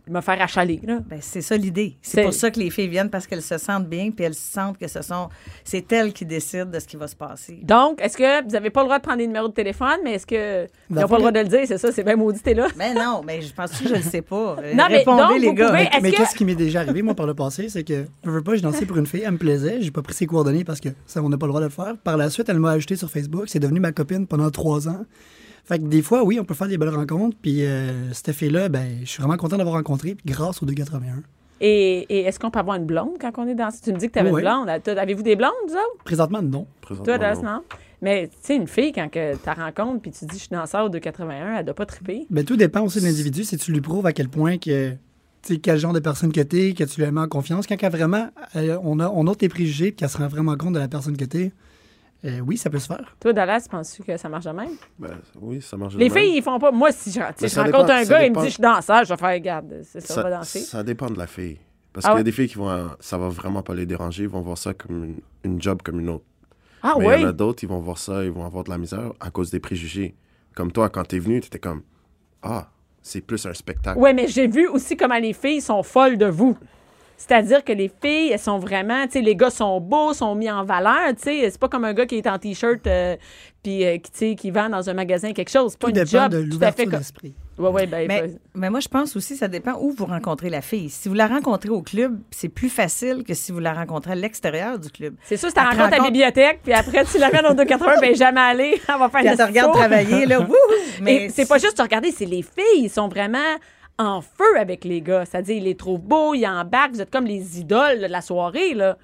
me faire achaler. Là.
Ben, c'est ça l'idée.
C'est-
C'est pour ça que les filles viennent parce qu'elles se sentent bien puis elles sentent que ce sont c'est elles qui décident de ce qui va se passer.
Donc, est-ce que vous n'avez pas le droit de prendre des numéros de téléphone, mais est-ce que ils n'ont pas le droit de le dire, c'est ça, c'est bien maudit, t'es là.
Mais non, mais je pense que je ne sais pas. Euh,
Non, mais
Répondez,
donc,
les
vous
gars.
pouvez-
Mais-
Est-ce
Ah, Mais
que-
qu'est-ce qui m'est déjà arrivé, moi, par le passé, c'est que je veux pas, je dansais pour une fille, elle me plaisait, j'ai pas pris ses coordonnées parce que ça, on n'a pas le droit de le faire. Par la suite, elle m'a ajouté sur Facebook, c'est devenu ma copine pendant trois ans. Fait que des fois, oui, on peut faire des belles rencontres, puis euh, cette fille-là, ben, je suis vraiment content d'avoir rencontré, puis grâce au 281.
Et, et est-ce qu'on peut avoir une blonde quand on est dans. Tu me dis que tu avais
Oui.
une blonde. T'as- Avez-vous des blondes, vous autres?
Présentement, non.
Toi,
Présentement,
Dallas,
non.
non? Mais tu sais, une fille, quand tu la rencontres puis tu dis je suis danseur au 2,81, elle doit pas triper.
Ben, tout dépend aussi de l'individu, si tu lui prouves à quel point que. Tu sais, quel genre de personne que t'es, que tu lui mets en confiance. Quand qu'elle vraiment, euh, on, a, on a tes préjugés, puis qu'elle se rend vraiment compte de la personne que t'es, euh, oui, ça peut se faire.
Toi, Dallas, penses-tu que ça marche de même?
Ben, oui, ça marche. de
Les
même.
filles, ils font pas. Moi, si je, si je
Mais ça
rencontre
dépend,
un
ça
gars et il me
dépend.
dit je suis danseur, je vais faire regarde, c'est ça, on va
ça,
danser.
ça dépend de la fille. Parce
Ah
qu'il y
ouais?
a des filles qui vont, à- ça va vraiment pas les déranger, ils vont voir ça comme une, une job comme une autre.
ah
Mais il
oui?
y en a d'autres, ils vont voir ça, ils vont avoir de la misère à cause des préjugés. Comme toi, quand t'es venu, t'étais comme Ah, c'est plus un spectacle.
Oui, mais j'ai vu aussi comment les filles sont folles de vous. C'est-à-dire que les filles, elles sont vraiment, tu sais, les gars sont beaux, sont mis en valeur, tu sais. C'est pas comme un gars qui est en t-shirt euh, puis euh, qui, tu sais, qui vend dans un magasin quelque chose. C'est pas
Tout
une
dépend
job
de
tout à fait.
l'ouverture
comme-
d'esprit.
Ouais, ouais, ben,
Mais,
ben,
mais moi, je pense aussi ça dépend où vous rencontrez la fille. Si vous la rencontrez au club, c'est plus facile que si vous la rencontrez à l'extérieur du club.
c'est sûr, si tu
Elle te
rencontres à la
rencontre-
bibliothèque, puis après, tu l'amènes au 280, ben jamais aller. On va faire
Puis
une
elle te regarde travailler, là, wouhou!
Mais
Mais
c'est pas juste de regarder, c'est les filles, ils sont vraiment en feu avec les gars. C'est-à-dire, ils les trouvent beaux, ils embarquent, vous êtes comme les idoles de la soirée, là.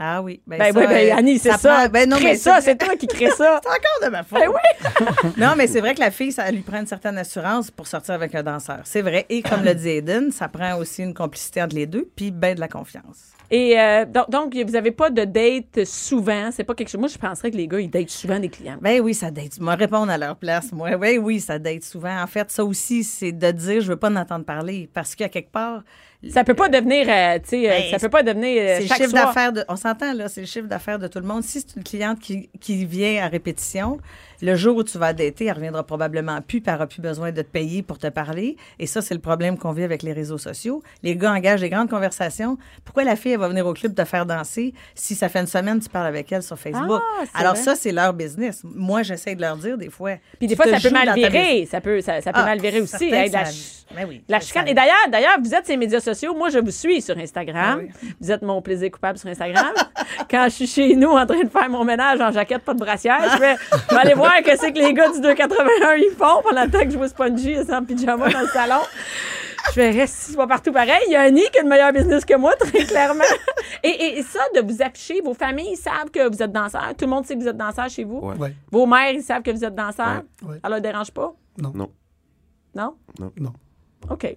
Ah oui. Ben,
Ben
ça,
oui, ben,
euh,
Annie, c'est ça.
prend- Ben non,
Crée
mais
ça, c'est toi qui crée ça.
C'est encore de ma faute.
Ben
non, mais c'est vrai que la fille, ça lui prend une certaine assurance pour sortir avec un danseur. C'est vrai. Et comme le dit Eden, ça prend aussi une complicité entre les deux, puis ben de la confiance.
Et euh, donc, donc, vous avez pas de date souvent. C'est pas quelque chose. Moi, je penserais que les gars, ils datent souvent des clients.
Ben oui, ça date. Moi, répondre à leur place, moi. Oui, oui, ça date souvent. En fait, ça aussi, c'est de dire, je veux pas en entendre parler, parce qu'à quelque part,
Ça peut pas devenir, euh, tu sais, euh,
Ben,
ça peut pas devenir euh,
c'est le
chaque
chiffre
soir.
d'affaires de. On s'entend, là, c'est le chiffre d'affaires de tout le monde. Si c'est une cliente qui, qui vient à répétition, le jour où tu vas dater, elle reviendra probablement plus, puis elle n'aura plus besoin de te payer pour te parler. Et ça, c'est le problème qu'on vit avec les réseaux sociaux. Les gars engagent des grandes conversations. Pourquoi la fille, elle va venir au club te faire danser si ça fait une semaine que tu parles avec elle sur Facebook?
Ah, c'est
Alors,
vrai.
ça, c'est leur business. Moi, j'essaie de leur dire des fois.
Puis des
tu
fois,
te
ça peut
joues
mal
dans ta
virer. Ça peut, ça, ça peut
Ah,
mal virer aussi.
certain
Hey,
que
la,
ça-
ch-
Ben oui,
la
ça-
chicane.
ça-
Et d'ailleurs, d'ailleurs, vous êtes sur les médias sociaux. Moi, je vous suis sur Instagram.
Ah
Vous êtes mon plaisir coupable sur Instagram. Quand je suis chez nous en train de faire mon ménage en jaquette, pas de brassière, je vais, je vais aller voir que c'est que les gars du 281 ils font pendant le temps que je vois Spongy sans pyjama dans le salon. Je fais reste si pas partout pareil. Il y a Annie qui a le meilleur business que moi, très clairement. Et, et- et ça, de vous afficher, vos familles ils savent que vous êtes danseur. Tout le monde sait que vous êtes danseur chez vous.
Ouais.
Ouais.
Vos mères, ils savent que vous êtes danseur.
Ouais. Ouais.
Ça leur dérange pas?
Non.
Non?
Non.
OK.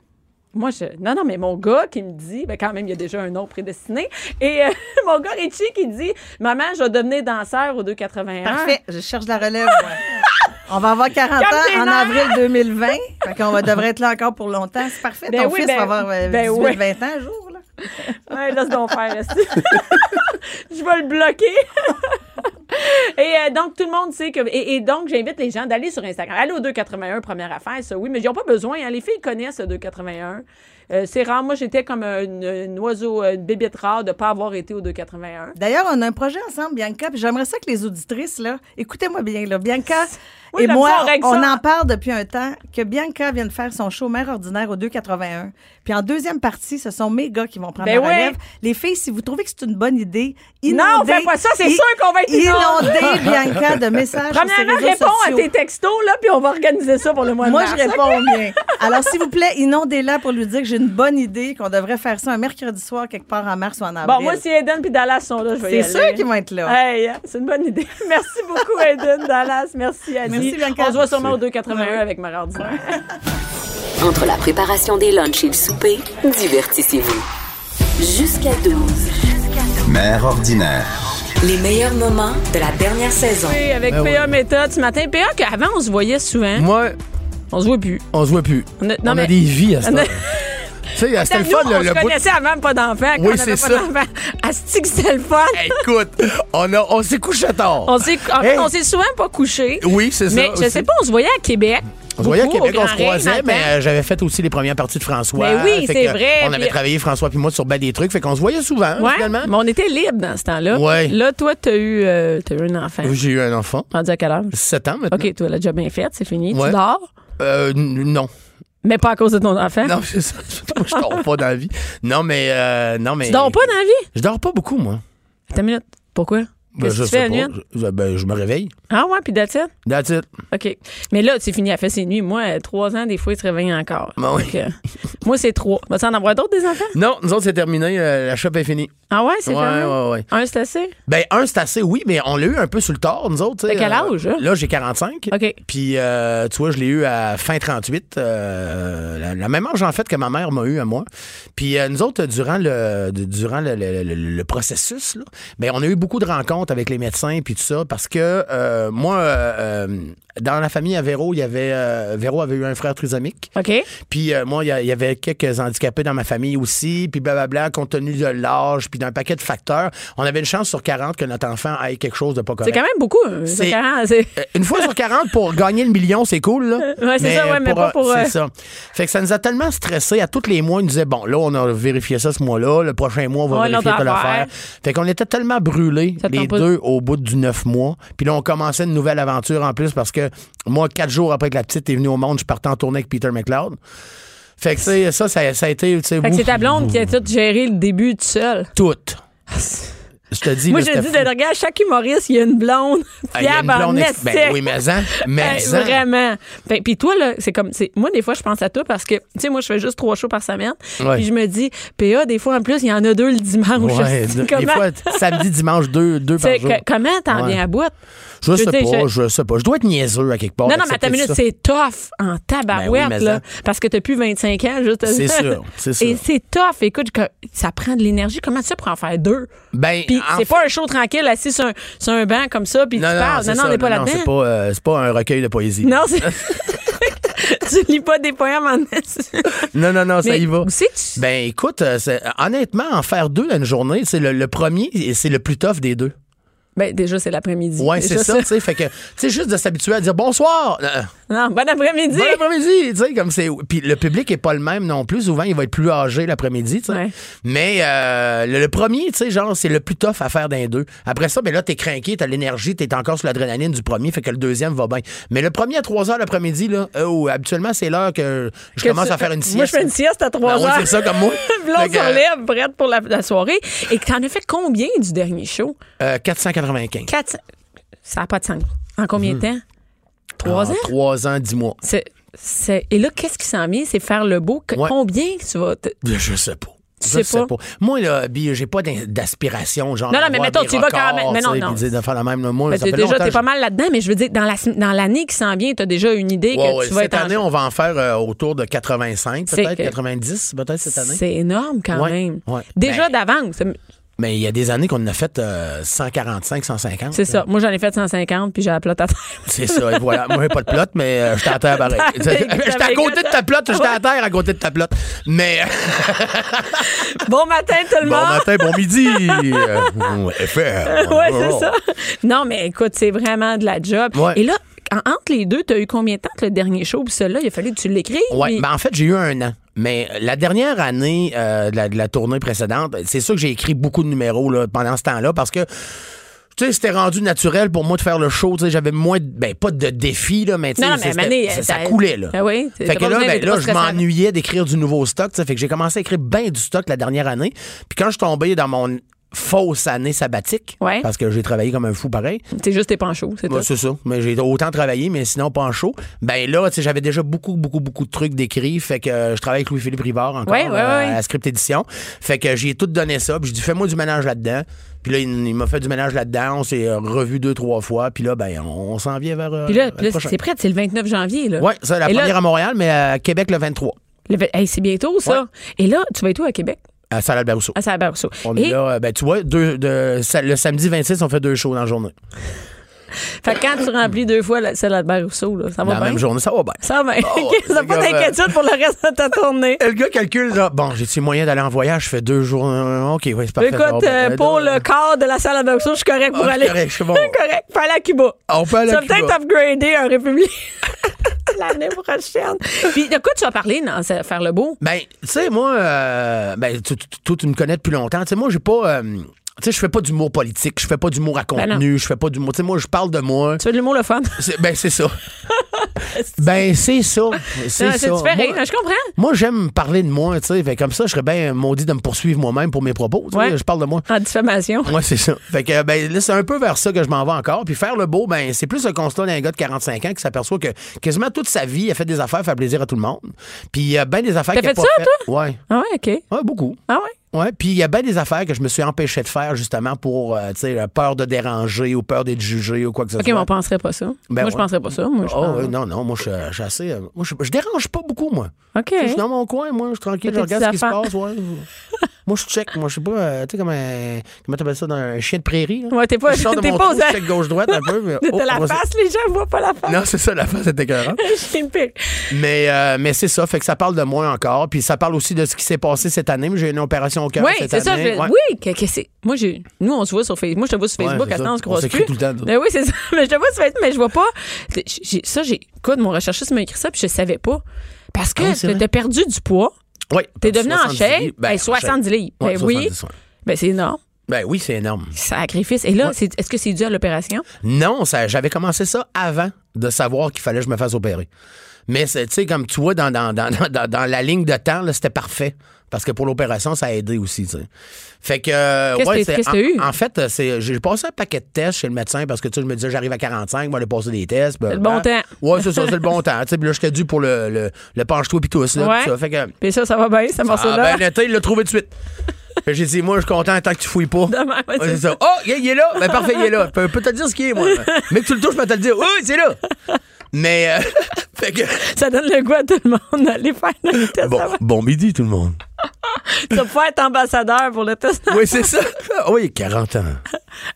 Moi, je. Non, non, mais mon gars qui me dit, ben quand même, il y a déjà un nom prédestiné. Et euh, mon gars Richie qui dit Maman, je vais devenir danseur au 281.
Parfait, je cherche la relève. moi. On va avoir 40 ans en
Capitaine!
avril 2020. Fait qu'on va- devrait être là encore pour longtemps. C'est parfait.
Ben
Ton
oui,
fils
ben-
va avoir euh,
ben
18,
oui.
20 ans un jour. Là.
Ouais, laisse donc faire. esti. je vais le bloquer. et euh, donc, tout le monde sait que. Et, et donc, j'invite les gens d'aller sur Instagram. Allez au 281, première affaire, ça, oui, mais ils n'ont pas besoin. hein. Les filles connaissent le 281. Euh, c'est rare. Moi, j'étais comme un, un oiseau, euh, une bébête rare de ne pas avoir été au 281.
D'ailleurs, on a un projet ensemble, Bianca. Puis j'aimerais ça que les auditrices, là, écoutez-moi bien, là. Bianca
Oui,
et
j'aime
moi,
ça, on règle
on
ça.
en parle depuis un temps que Bianca vient de faire son show Mère ordinaire au 281. Puis en deuxième partie, ce sont mes gars qui vont prendre
Ben
la
oui.
relève. Les filles, si vous trouvez que c'est une bonne idée, inondez.
Non, fais pas ça, c'est
i-
sûr qu'on va être inondés.
inondez Bianca de messages sur ses
Premièrement,
réseaux
réponds à
sociaux.
tes textos, là, puis on va organiser ça pour le mois de
Moi,
mars. hein.
je réponds bien. Alors, s'il vous plaît, inondez-la pour lui dire que j'ai une bonne idée, qu'on devrait faire ça un mercredi soir, quelque part en mars ou en avril.
Bon, moi, si Eden puis Dallas sont là, je vais y
Ah, C'est
aller.
sûr qu'ils vont être là.
Hey, hein, c'est une bonne idée. Merci beaucoup, Eden, Dallas. Merci, Annie.
Merci, Bianca.
On se voit sûrement au 281 avec Marie Ordinaire.
Entre la préparation des lunchs et le souper, divertissez-vous. Jusqu'à 12.
Mère ordinaire.
Les meilleurs moments de la dernière saison.
Oui, avec
Ben
PA Méthode ce matin. PA, qu'avant, on se voyait souvent.
Moi,
On se voit plus.
on se voit plus.
On a- non,
on
mais-
a des vies à ce
On a-
temps. Tu sais, c'était le
Nous,
fun,
on
le, le
se
bout.
connaissait avant pas d'enfant. quand
Oui,
on avait
c'est
pas
ça.
d'enfant. Asti que c'était le fun.
Écoute, on, a- on s'est couché tard.
On s'est, en fait,
Hey.
on s'est souvent pas couché.
Oui, c'est ça
Mais je
aussi.
sais pas, on se voyait à Québec.
On se voyait à
beaucoup,
Québec,
au
on
Grand
se
Rex,
croisait,
dans
mais
le temps.
euh, j'avais fait aussi les premières parties de François.
Ben oui,
Fait
c'est
que
vrai,
On avait
puis-
travaillé, François puis moi, sur ben des trucs. Fait qu'on se voyait souvent,
Ouais,
euh, finalement.
mais on était libres dans ce temps-là.
Ouais.
Là, toi, t'as eu, euh, t'as eu un enfant.
J'ai eu un enfant.
Rendu à quelle heure?
7 ans maintenant.
OK, toi, la job bien faite, c'est fini.
Ouais.
Tu dors,
Euh, n- non.
mais pas à cause de ton enfant.
Non, c'est ça. Moi, je dors pas dans la vie. Non, mais. euh, non, mais...
Tu dors pas dans la vie?
Je dors pas beaucoup, moi.
Attends une minute. Pourquoi?
Ben,
Qu'est-ce
je
que tu fais
sais
la nuit?
pas. Je, ben, je me réveille.
Ah ouais, puis that's it?
That's it.
OK. Mais là, c'est fini, elle fait ses nuits. Moi, euh, trois ans, des fois, il se réveille encore.
Ben oui.
Fait que, moi, c'est trois. Vas-tu en avoir d'autres, des enfants?
Non, nous autres, c'est terminé. euh, la shop est finie.
Ah ouais, c'est
Ouais,
fermé?
ouais, ouais.
Un, c'est assez?
Ben, un, c'est assez, oui, mais on l'a eu un peu sur le tard, nous autres. tu sais,
T'as quel
euh,
âge, hein?
Là, j'ai 45.
OK.
Puis, euh, tu vois, je l'ai eu à fin 38, euh, la, la même âge, en fait, que ma mère m'a eu à moi. Puis, euh, nous autres, durant le, de- durant le, le- le- le processus, là, ben, on a eu beaucoup de rencontres avec les médecins, puis tout ça, parce que euh, moi, euh, euh, dans la famille à Véro, il y avait, euh, Véro avait eu un frère trisomique.
OK.
Puis euh, moi, il y a- il y, avait quelques handicapés dans ma famille aussi, puis blablabla, compte tenu de l'âge, puis d'un paquet de facteurs, on avait une chance sur 40 que notre enfant ait quelque chose de pas correct.
C'est quand même beaucoup. euh,
C'est-
c'est 40, c'est-
Euh, Une fois sur 40 pour gagner le million, c'est cool, là.
Ouais, c'est ça, ouais, mais pas pour,
C'est
euh,
ça. Fait que ça nous a tellement stressés à tous les mois. Ils nous disaient, bon, là, on a vérifié ça ce mois-là, le prochain mois, on va
Ouais,
vérifier
l'autre
telle
affaire.
affaire. Fait qu'on était tellement brûlés,
Ça te
les
tente pas de-
deux, au bout du neuf mois. Puis là, on commençait une nouvelle aventure en plus parce que moi, quatre jours après que la petite est venue au monde, je partais en tournée avec Peter McLeod. Fait que, tu sais, ça, ça, ça a été, tu sais,
Fait que
ouf,
c'est ta blonde
ouf,
qui a tout géré le début tout seul.
tout. Je te dis,
Moi,
là,
je
c'était
dis,
fou.
de, regarde, chaque humoriste, il y a une blonde
Ah, il y a une
fiable en
blonde ex-
esti.
Ben oui, mais en, mais
Hey,
en.
vraiment. Fait- Puis toi, là, c'est comme. c'est- Moi, des fois, je pense à toi parce que, tu sais, moi, je fais juste trois shows par semaine.
Ouais.
Puis je me dis, PA, des fois, en plus, il y en a deux le dimanche.
Ouais,
Je sais
des
comment-
fois, samedi, dimanche, deux, deux
tu
par
sais,
jour.
que- comment t'en
Ouais.
viens à bout?
Je sais
veux dire,
pas,
je-
je sais pas. Je dois être niaiseux à quelque part.
non, non, mais à ta
d'accepter
minute,
ça.
c'est tough en tabarouette,
Ben oui, mais
là,
en-
parce que t'as plus 25 ans, juste
C'est sûr, c'est sûr.
Et c'est tough. Écoute, que- ça prend de l'énergie. Comment tu fais pour en faire deux?
Ben,
Puis
en
c'est
fait-
pas un show tranquille, assis sur un, sur un banc comme ça, puis
Non,
tu
non,
parles.
c'est
Non, non,
ça.
on n'est pas
Non, non, C'est
là-dedans.
pas, euh, c'est pas un recueil de poésie.
Non, c'est... tu lis pas des poèmes en
Non, non, non, ça
Mais
y va.
où c'est que tu-
Ben écoute, euh, c'est- honnêtement, en faire deux à une journée, c'est le, le premier et c'est le plus tough des deux.
Ben, déjà, c'est l'après-midi.
Ouais,
Déjà,
c'est ça, tu sais. Fait que, tu sais, juste de s'habituer à dire bonsoir. euh,
Non, bon après-midi.
Bon après-midi, tu sais, comme c'est. Puis le public est pas le même non plus. Souvent, il va être plus âgé l'après-midi, tu sais.
Ouais.
Mais euh, le, le premier, tu sais, genre, c'est le plus tough à faire d'un deux. Après ça, ben là, t'es craqué, t'as l'énergie, t'es encore sur l'adrénaline du premier, fait que le deuxième va bien. Mais le premier à 3 heures l'après-midi, là, euh, oh, habituellement, c'est l'heure que je
Que
commence
tu-
à faire une sieste.
Moi, je fais une sieste à 3
Ben oui,
heures.
c'est ça, comme moi.
Puis là, on
Fait que,
se relève, prête pour la, la soirée. Et t'en as fait combien du dernier show?
euh, 495.
Quatre... Ça n'a pas de sens. En combien de temps? Trois
Hmm. Ah,
ans?
Trois ans, 10 mois.
C'est, c'est- Et là, qu'est-ce qui s'en vient? C'est faire le beau. Que-
Ouais.
Combien tu vas... te-
Je sais pas.
Tu
Je
sais pas?
Moi, là, Bi, j'ai pas d'in- d'aspiration, genre.
Non, non, mais
d'avoir
mettons,
des
tu y vas quand même.
records,
Mais non,
tu sais,
non.
puis dire de faire la même. là. Moi,
Ben,
ça
t'es-
fait
déjà,
longtemps
t'es
que
pas mal là-dedans, mais je veux dire, dans, la, sem- dans l'année qui s'en vient, t'as déjà une idée
Ouais,
que
ouais.
tu vas
Cette
être en-
année, on va en faire euh, autour de 85,
C'est
peut-être,
que-
90, peut-être cette année.
C'est énorme quand
Ouais,
même.
ouais. Ben.
Déjà d'avance.
Mais il y a des années qu'on en a fait euh, 145, 150.
C'est ça. Moi, j'en ai fait 150, puis j'ai la plate à terre.
C'est ça, et voilà. Moi, j'ai pas de plot, mais euh, j'étais à terre pareil. J'étais à côté de ta plot, j'étais à terre à côté de ta plot. Mais
Bon matin, tout le
bon
monde!
matin, bon midi. Euh, FM.
ouais, c'est ça. Non, mais écoute, c'est vraiment de la job.
Oh, Ouais.
Et là, en- entre les deux, t'as eu combien de temps que le dernier show, puis celui-là, il a fallu que tu l'écrives?
Oui,
puis-
ben en fait, j'ai eu un an. Mais euh, la dernière année euh, de, la, de la tournée précédente, c'est sûr que j'ai écrit beaucoup de numéros là, pendant ce temps-là parce que. Tu sais, c'était rendu naturel pour moi de faire le show. Tu sais, j'avais moins, de, ben pas de défis là, mais tu sais,
Non, non, mais
c'était-
Mané,
ça, ça
t'as-
coulait là.
Ah oui, t'as
Fait que
pas
là,
besoin
ben,
d'être
là,
trop
je
stressant.
m'ennuyais d'écrire du nouveau stock. tu sais. Fait que j'ai commencé à écrire bien du stock la dernière année. Puis quand je suis tombé dans mon fausse année sabbatique,
Ouais.
parce que j'ai travaillé comme un fou pareil,
C'est juste tes panchos, c'est
Ouais,
tout.
c'est ça. Mais j'ai autant travaillé, mais sinon pas en chaud. Ben là, tu sais, j'avais déjà beaucoup, beaucoup, beaucoup de trucs d'écrits. Fait que euh, je travaille avec Louis-Philippe Rivard encore
Ouais, ouais,
euh,
ouais.
à Script Édition. Fait que j'ai tout donné ça. Puis j'ai dit, fais-moi du ménage là-dedans. Puis là, il, il m'a fait du ménage là-dedans. On s'est euh, revu deux, trois fois. Puis là, ben, on, on s'en vient vers. euh,
Puis là,
le
puis là,
prochain.
c'est prêt, c'est le 29 janvier. Là.
Ouais, ça, la
Et là-
première à Montréal, mais à Québec le 23.
Le- hey, c'est bientôt, ça. Et là, tu vas être où à Québec?
À Salle Albert Rousseau.
À Saint-Barreau.
On est
Et
là, euh, ben, tu vois, deux, de- sa- le samedi 26, on fait deux shows dans la journée.
Fait que quand tu remplis deux fois la celle Albert Rousseau, là, ça va
Dans
bien.
la même journée, ça va bien.
Ça va bien.
Ah ouais,
OK, ça
c'est
pas
comme, euh,
d'inquiétude pour le reste de ta tournée.
Le gars calcule, là, bon, j'ai-tu moyen d'aller en voyage? Je fais deux jours. euh, OK, oui, c'est parfait. ça va
Écoute,
bien.
euh, pour le corps de la salle Albert Rousseau, je suis correct pour
ben, Ah, je suis
aller.
correct, je suis bon.
correct. Faut aller à Cuba.
On peut aller
Tu
à
vas peut-être
Cuba.
upgrader en République l'année prochaine. Puis de quoi tu vas parler dans ce- Faire le beau?
Ben, tu sais, moi, euh, ben, tu, tu- tu- tu me connais depuis longtemps. Tu sais, moi, j'ai pas. euh, tu sais, je fais pas d'humour politique, je fais pas d'humour à
Ben non.
contenu, je fais pas d'humour. Tu sais, moi, je parle de moi.
Tu fais de l'humour le fun?
C'est- Ben, c'est ça. ben, c'est ça.
Non,
C'est ça.
c'est différent,
Moi-
je comprends.
Moi, j'aime parler de moi, tu sais. Fait Comme ça, je serais bien maudit de me poursuivre moi-même pour mes propos. tu sais.
Ouais.
Je parle de moi.
En diffamation.
Moi, c'est ça. Fait que, ben, là, c'est un peu vers ça que je m'en vais encore. Puis faire le beau, ben, c'est plus le constat d'un gars de 45 ans qui s'aperçoit que quasiment toute sa vie, il a fait des affaires, faire plaisir à tout le monde. Puis il y a bien des affaires
T'as
qu'il a
fait
pas
ça,
faites. Ouais.
Ah ouais, OK.
Ouais, beaucoup.
Ah ouais?
Ouais, puis il y a bien des affaires que je me suis empêché de faire justement pour, euh, tu sais, la peur de déranger ou peur d'être jugé ou quoi que ce
OK, mais
soit.
on penserait pas ça.
Ben
moi, je
ouais.
penserais pas ça. Moi, je hein.
Oh,
pense-
ouais, non, non, moi, je suis- je suis assez. euh, Moi, je, je dérange pas beaucoup, moi.
OK.
Je suis dans mon coin, moi, je suis tranquille, je
Fais tes
regarde ce qui se
affaires.
passe, ouais. moi, je check, moi, je sais pas, euh, tu sais, comme un. Comment t'appelles ça, dans un chien de prairie, là?
Ouais, t'es pas-
Je sors de
t'es
mon
pas
trou,
aux-
je check gauche-droite un peu, mais.
De
oh,
la
voici-
face, les gens voient pas la face.
Non, c'est ça, la face est écœurante.
Je suis une pique.
Mais, euh, mais c'est ça, fait que ça parle de moi encore, puis ça parle aussi de ce qui s'est passé cette année. J'ai eu une opération au cœur
Oui,
cette
c'est ça.
année.
je-
Ouais.
Oui, que, que c'est. Moi, j'ai. Nous, on se voit sur Facebook. Moi, je te vois sur
Ouais,
Facebook.
c'est
à ce
ça.
temps, on se
On
croise
s'écrit
plus.
tout le temps, nous.
Mais oui, c'est ça. Mais je te vois sur Facebook, mais je vois pas. J'ai- Ça, j'ai. Écoute, mon recherchiste m'a écrit ça, puis je savais pas. Parce que
Ah oui, c'est vrai.
t'as perdu du poids.
Oui.
T'es devenu en
70
shape.
livres. Ben,
Ben,
en shape.
70 livres.
Ouais,
Ben oui.
70, ouais.
Ben, c'est énorme.
Ben oui, c'est énorme.
Sacrifice. Et là, c'est- est-ce que c'est dû à l'opération?
Non, ça, j'avais commencé ça avant de savoir qu'il fallait que je me fasse opérer. Mais c'est- tu sais, comme tu vois, dans, dans, dans, dans- dans- dans la ligne de temps, là, c'était parfait. Parce que pour l'opération, ça a aidé aussi. tu sais. Fait que. euh,
Qu'est-ce que-
c'est-
qu'est-ce
en,
que t'as eu?
En fait, euh, c'est, j'ai passé un paquet de tests chez le médecin parce que tu sais, je me disais, j'arrive à 45, moi, aller passer des tests.
C'est le bon temps.
Ouais, c'est ça, c'est le bon temps. Tu sais, puis là, j'étais dû pour le, le, le penche-toi puis tous. Là,
Ouais.
tout ça. Fait que.
Puis Ben ça, ça va bien, ce morceau-là.
Ah, ben, le thé, il l'a trouvé de suite. Fait que j'ai dit, moi, je suis content tant que tu fouilles pas.
Demain, ouais,
Ouais,
c'est
c'est ça. Oh, il est- il est là. Ben, parfait, il est là. Je peux te dire ce qu'il est, moi. Mais que tu le touches, je peux te le dire. Oui, c'est là. Mais, euh, fait que.
Ça donne le goût à tout le monde d'aller faire le test.
Bon,
avant.
bon midi, tout le monde.
Tu vas pouvoir être ambassadeur pour le test.
Oui, c'est ça. Ah Oui, 40 ans.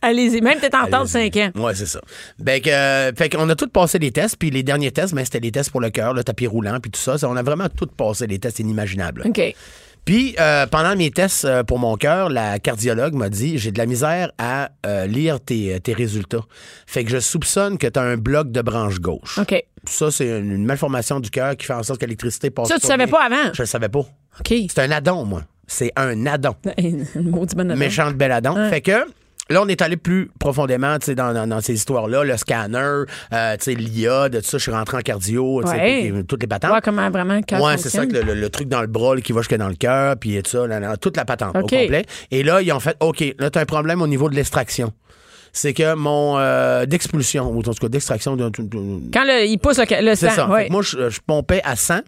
Allez-y. Même peut-être en retard de 5 ans.
Ouais, c'est ça. Ben, que, euh, fait qu'on a tout passé les tests, puis les derniers tests, ben, c'était les tests pour le cœur, le tapis roulant, puis tout ça. Ça, On a vraiment tout passé les tests inimaginables.
OK.
Puis, euh, pendant mes tests euh, pour mon cœur, la cardiologue m'a dit J'ai de la misère à euh, lire tes, tes résultats. Fait que je soupçonne que tu as un bloc de branche gauche.
OK.
Ça, c'est une une malformation du cœur qui fait en sorte que l'électricité passe.
Ça, tu savais
bien.
pas avant?
Je le savais pas.
OK.
C'est un addon, moi. C'est un addon.
Une maudite bonne affaire.
Méchante belle addon. Fait que. Là, on est allé plus profondément tu sais, dans, dans, dans ces histoires-là, le scanner, euh, tu sais, l'IA, de tout ça. Je suis rentré en cardio, tu sais,
Ouais.
toutes les- toutes les patentes.
Voir comment vraiment le cœur
Ouais, c'est ça,
fonctionne.
que le, le- le truc dans le bras là, qui va jusque dans le cœur, puis et tout ça, là, là, toute la patente
OK.
au complet. Et là, ils ont fait OK, là, t'as un problème au niveau de l'extraction. C'est que mon. euh, d'expulsion, ou en tout cas d'extraction. de- de- de-
Quand le- il pousse le, le
C'est
sang.
ça. Fait
ouais.
que moi, je, je pompais à 100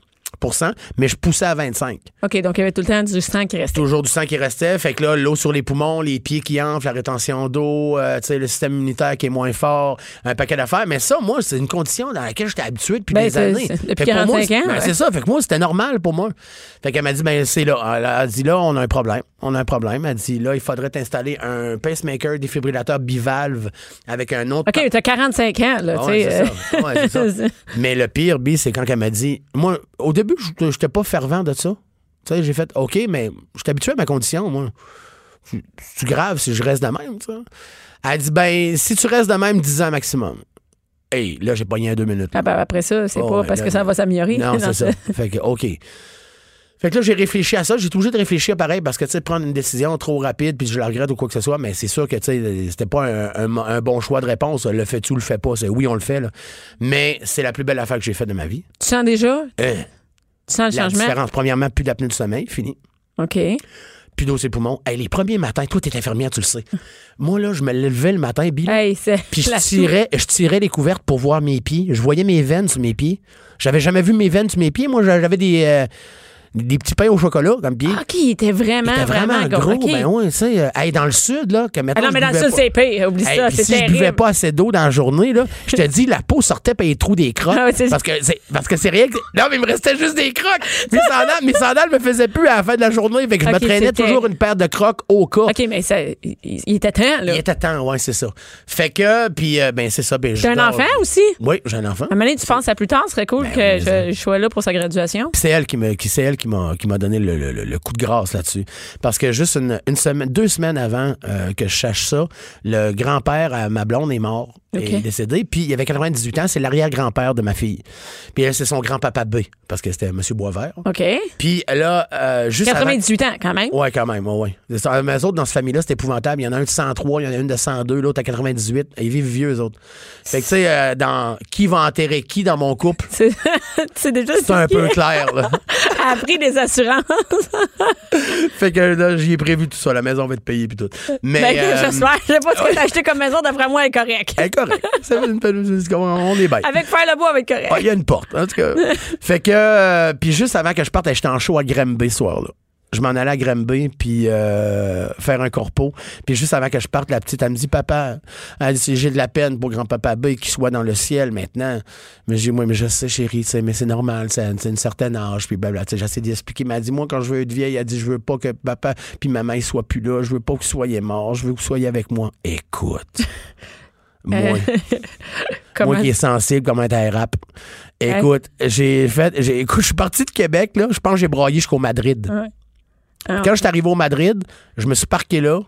mais je poussais à 25.
OK, donc il y avait tout le temps du sang qui restait.
Toujours du sang qui restait. Fait que là, l'eau sur les poumons, les pieds qui enflent, la rétention d'eau, euh, tu sais, le système immunitaire qui est moins fort, un paquet d'affaires. Mais ça, moi, c'est une condition dans laquelle j'étais habitué depuis
Ben,
des
c'est-
années.
c'est- depuis
Fait que pour moi,
45 ans,
c'est- ben,
ouais.
c'est ça. Fait que moi, c'était normal pour moi. Fait qu'elle m'a dit, ben, c'est là. Elle a dit, là, on a un problème. On a un problème. Elle dit, là, il faudrait t'installer un pacemaker défibrillateur bivalve avec un autre.
OK, mais t'as 45 ans, là,
Ah
tu
ouais,
sais. euh.
c'est ça. Ouais, c'est ça. Mais le pire, B, c'est quand elle m'a dit. Moi, au début, je n'étais pas fervent de ça. Tu sais, j'ai fait OK, mais je suis habitué à ma condition, moi. C'est- C'est grave si je reste de même, tu sais. Elle dit Ben, si tu restes de même 10 ans maximum. Hey, là, j'ai pogné un deux minutes.
Ah, ben, après ça, c'est
Oh,
pas
ouais,
parce
là,
que ça
là.
va s'améliorer.
Non,
Dans
c'est ça.
ce-
Fait que, OK. Fait que là, j'ai réfléchi à ça. J'ai toujours de réfléchir pareil parce que, tu sais, prendre une décision trop rapide puis je la regrette ou quoi que ce soit, mais c'est sûr que, tu sais, c'était pas un, un- un bon choix de réponse. Le fais-tu ou le fais pas? C'est oui, on le fait, là. Mais c'est la plus belle affaire que j'ai faite de ma vie.
Tu sens déjà?
Euh,
Tu sens le
la
changement?
différence, premièrement, plus d'apnée du sommeil, fini.
OK.
Plus d'eau ses poumons. Hey, les premiers matins, toi, t'es infirmière, tu le sais. Moi, là, je me levais le matin, Bill.
Hey, c'est.
Puis je
la-
tirais, je tirais les couvertes pour voir mes pieds. Je voyais mes veines sur mes pieds. J'avais jamais vu mes veines sur mes pieds. Moi, j'avais des, euh, des petits pains au chocolat comme pied.
Ah, OK, il était vraiment,
C'était
Ah, vraiment,
vraiment gros.
OK.
Ben oui, tu sais, euh, hey, dans le sud, là, que
Ah
maintenant.
non, mais
je
dans le
buvais
sud,
pas-
c'est pire. Oublie
Hey,
ça,
puis
c'est
si je buvais
terrible.
pas assez d'eau dans la journée, là, je te dis, la peau sortait par les trous des crocs.
Ah ouais, c'est-
parce que c'est parce que c'est rien que. Non, mais il me restait juste des crocs. Mes sandales, mes sandales me faisaient plus à la fin de la journée. Fait que je
Ok,
me traînais
c'était-
toujours une paire de crocs au cas.
OK, mais ça, il, il était temps, là.
Il était temps, ouais, c'est ça. Fait que, puis, euh, ben, c'est ça. Ben,
T'as
je
un
dors-
enfant aussi?
Oui, j'ai un enfant.
À un moment donné, tu penses à plus tard, ce serait
Ben
cool que je, je sois là pour sa graduation.
Puis c'est elle qui me, qui c'est elle qui m'a, qui m'a donné le, le- le- le coup de grâce là-dessus. Parce que juste une, une semaine, deux semaines avant euh, que je sache ça, le grand-père à ma blonde est mort,
Ok.
est décédé. Puis il avait 98 ans, c'est l'arrière-grand-père de ma fille. Puis elle, c'est son grand-papa B, parce que c'était M. Boisvert.
OK.
Puis là, euh, juste avant- Oh.
98 ans, quand même.
Ouais, quand même, ouais, ouais. C'est ça. euh, Mais eux autres, dans cette famille-là, c'est épouvantable. Il y en a un de 103, il y en a une de 102, l'autre à 98. Ils vivent vieux, eux autres. Fait que, tu sais, euh, dans qui va enterrer qui dans mon couple,
c'est déjà
c'est un peu clair, là.
Elle a pris des assurances.
Fait que là, j'y ai prévu tout ça. La maison va être payée puis tout. Mais.
Ben,
euh,
j'espère. Je sais pas ce que t'as acheté comme maison, d'après moi, elle est correcte.
Elle est correcte. Ça fait une peine- c'est comme On est bête.
Avec faire le bois, elle va être correcte.
Ah, Il y a une porte, en tout cas. fait que. euh, puis juste avant que je parte, j'étais en show à Granby ce soir-là. Je m'en allais à Granby, puis euh, faire un corpo. Puis juste avant que je parte, la petite, elle me dit Papa, elle dit, j'ai de la peine pour grand-papa B qu'il soit dans le ciel maintenant. Mais j'ai dit Moi, mais je sais, chérie, tu sais, mais c'est normal, c'est c'est une certaine âge, puis blabla. Tu sais, J'essaie d'expliquer. Mais elle dit Moi, quand je veux être vieille, elle dit Je veux pas que papa puis maman, ils soient plus là. Je veux pas que vous soyez morts. Je veux que vous soyez avec moi. Écoute.
Euh,
moi, moi qui est sensible comme un terre rap.
Hein?
Écoute, j'ai fait. j'ai- Écoute, je suis parti de Québec, là. Je pense que j'ai broyé jusqu'au Madrid.
Ouais. Ah,
Quand je suis arrivé au Madrid, je me suis parqué là.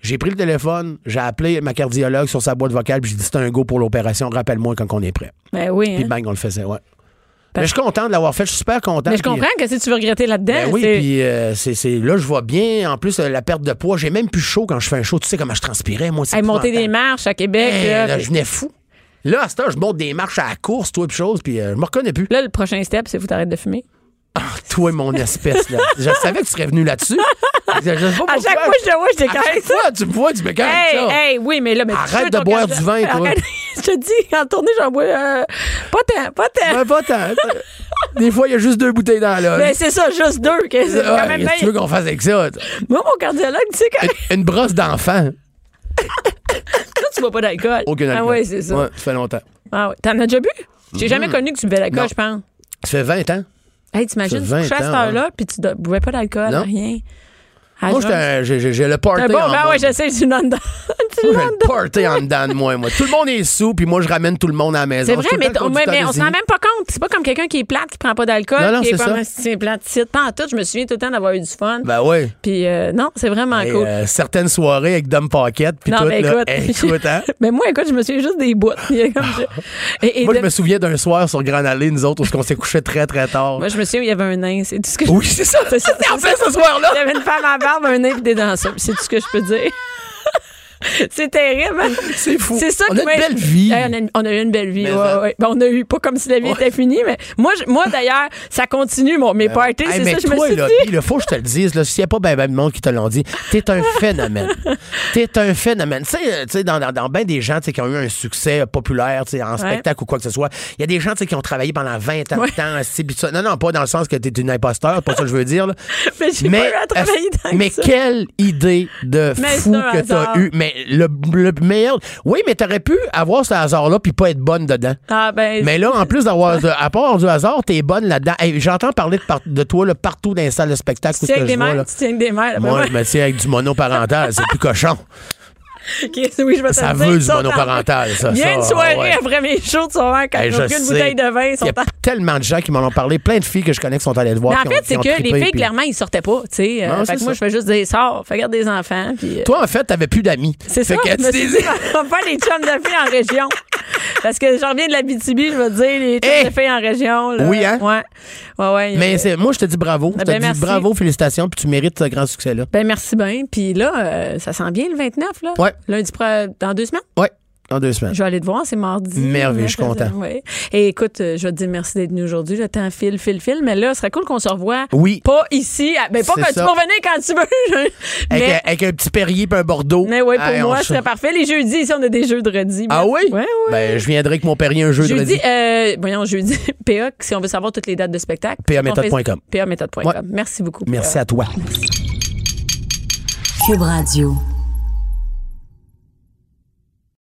J'ai pris le téléphone, j'ai appelé ma cardiologue sur sa boîte vocale, puis j'ai dit c'est un go pour l'opération, rappelle-moi quand on est prêt.
Ben oui.
Puis
hein.
bang, on le faisait, ouais. Mais je suis content de l'avoir fait, je suis super content.
Mais je
puis-
comprends que si tu veux regretter là-dedans,
Ben oui,
c'est-
puis euh, c'est, c'est- là, je vois bien, en plus, euh, la perte de poids, j'ai même plus chaud quand je fais un show. Tu sais comment je transpirais, moi, c'est
Hey, monter
épouvantable.
des marches à Québec.
Hey,
là,
Eh, là,
puis-
je venais fou. Là, à cette heure, je monte des marches à la course, toi, puis chose, puis euh, je me reconnais plus.
Là, le prochain step, c'est faut t'arrêtes de fumer.
Toi, mon espèce, là. je savais que tu serais venu là-dessus. Je- je sais pas
À chaque
pourquoi.
fois, je te vois, je
À chaque
décaisse.
fois, tu me vois, tu me calmes,
Hey,
ça.
hey, oui, mais là, mais tu
Arrête
veux
de
ton
boire
café-
du vin, toi.
Arrête- je te dis, en tournée, j'en bois euh, pas tant, pas tant.
Ben, pas tant. Des fois, il y a juste deux bouteilles dans la loge.
Mais c'est ça, juste deux. que c'est quand
Ouais,
même
qu'est-ce que
bien.
tu veux qu'on fasse avec ça?
Moi, mon cardiologue, tu sais, quand
Une, une brosse d'enfant.
toi, tu bois pas d'alcool.
Aucun
Ah
alcool.
oui, c'est ça.
Ouais, ça fait longtemps.
Ah ouais. T'en as déjà bu? J'ai jamais
Mhm.
connu que tu buvais d'alcool,
Non.
je pense.
Ça fait 20 ans.
Ah, Hey, t'imagines, tu
Ça fait
couchais à
20
cette
ans, hein.
heure-là, puis tu ne buvais pas d'alcool,
Non.
rien. Ah,
Moi,
je-
j'étais un- j'ai j'ai- j'ai le party
T'es bon,
en
ben
moi.
ouais, je sais, tu l'as
Moi, j'ai le party en dedans de moi, moi. Tout le monde est sous, puis moi, je ramène tout le monde à la maison.
C'est
Je
vrai,
suis tout le
mais,
temps le
on- mais,
conducteur
mais on
désigné.
s'en rend même pas compte. C'est pas comme quelqu'un qui est plate, qui prend pas
Non,
d'alcool,
non,
qui est
c'est
comme
ça.
un c'est plate. C'est- Pas en tout, je me souviens tout le temps d'avoir eu du fun.
Ben oui.
Puis euh, non, c'est vraiment
Et,
cool.
euh, certaines soirées avec Dom Paquette, puis
Non,
tout.
mais
là.
écoute.
Hey, écoute, hein?
Mais moi, écoute, je me souviens juste des bouts. Il y a comme je- et- et
Moi, je
de-
me souviens d'un soir sur Grand Allée, nous autres, où on s'est couché très, très tard.
Moi, je me souviens, il y avait un nain. C'est tout ce que
Oui, c'est ça.
C'est ça.
en fait, ce soir-là.
Il y avait une femme à barbe, un nain et des danseurs. C'est tout ce que je peux dire. C'est terrible.
C'est fou.
C'est ça
On
qui
a une
m'a-
belle vie.
Hey, on, a, une- on a eu une belle vie.
Mais
ouais,
ça.
ouais. Ben, on a eu pas comme si la vie était finie, mais moi, je- moi d'ailleurs, ça continue. Mon, mes parties,
Ben Hey,
c'est
mais
ça, je me
toi,
suis
là,
dit.
Guy, là, faut que je te le dise, là, s'il n'y a pas ben, ben de monde qui te l'ont dit, t'es un phénomène. t'es un phénomène. Tu sais, euh, tu sais, dans, dans, dans ben des gens tu sais, qui ont eu un succès euh, populaire, tu sais, en spectacle ou quoi que ce soit, il y a des gens tu sais, qui ont travaillé pendant 20 ans de temps, assis, pis tout ça. Non, non, pas dans le sens que t'es une imposteur, c'est pas ça que je veux dire. là.
Mais j'ai pas eu à travailler
euh,
tant que
mais
ça.
quelle idée de
Mais
fou
c'est un
que t'as
hasard.
eu. Mais le, le meilleur... Oui, mais t'aurais pu avoir ce hasard-là puis pas être bonne dedans.
Ah, ben,
Mais là, en plus d'avoir, de- à part du hasard, t'es bonne là-dedans. Hey, J'entends parler de, par- de toi là, partout dans les salles de spectacle.
tu
où ce
tiens
que
avec
je
des
vois, là.
mères. Tu tiens avec des mères. là, ben,
Moi,
ouais.
je me tiens avec du monoparental. C'est plus cochon.
Ok, oui, je vais te
Ça
le dire,
veut
ils
du
sont en-
monoparental, ça,
Il y a
ça,
une
ah ouais.
soirée après mes shows, tu vas voir, quand
Hey,
ils ont pris une
sais.
bouteille de vin, ils sont
Il y a
en-
tellement de gens qui m'en ont parlé, plein de filles que je connais qui sont allées te voir.
Mais en
qui ont-
fait,
qui
c'est
ont
que les
trippé,
filles,
puis-
clairement, ils sortaient pas, tu sais.
Non,
Euh,
c'est
fait que moi,
ça.
je fais juste des sorts, fais garder des enfants. Puis, euh,
Toi, en fait, t'avais plus d'amis.
c'est ça.
Fait que
je me
tu
suis
t'es-
dit, on va faire les chums de filles en région. Parce que j'en reviens de la BTB, je veux te dire, les chums de filles en région. là.
Eh! Oui, hein?
Ouais. Ouais, ouais.
Mais c'est- moi, je te dis bravo. Je
Ah,
te
ben,
dis
merci.
bravo, félicitations, puis tu mérites ce grand succès-là.
Ben, merci bien. Puis là, euh, ça sent bien le 29, là.
Ouais.
Lundi, pro- dans deux semaines?
Ouais. En deux semaines.
Je vais aller te voir, c'est mardi.
Merveilleux, je suis
Ouais,
content.
ouais. Et écoute, euh, je vais te dire merci d'être venu aujourd'hui. Le temps file, file, file. Mais là, ce serait cool qu'on se revoie.
Oui.
Pas ici. à- Ben, pas
C'est
quand tu
ça.
peux revenir quand tu veux. je-
Avec,
mais,
un- avec un petit Perrier puis un Bordeaux.
mais ouais, pour
Hey, on
moi,
se-
ce serait parfait. Les jeudis, ici, on a des jeux de redis.
Ah oui?
Ouais, ouais.
Ben, je viendrai avec mon Perrier un jeu de
Jeudi,
redis.
euh, voyons, jeudi, PA, si on veut savoir toutes les dates de spectacle.
PAméthode.com.
PAméthode.com. Merci beaucoup.
Merci à toi.
Cube Radio.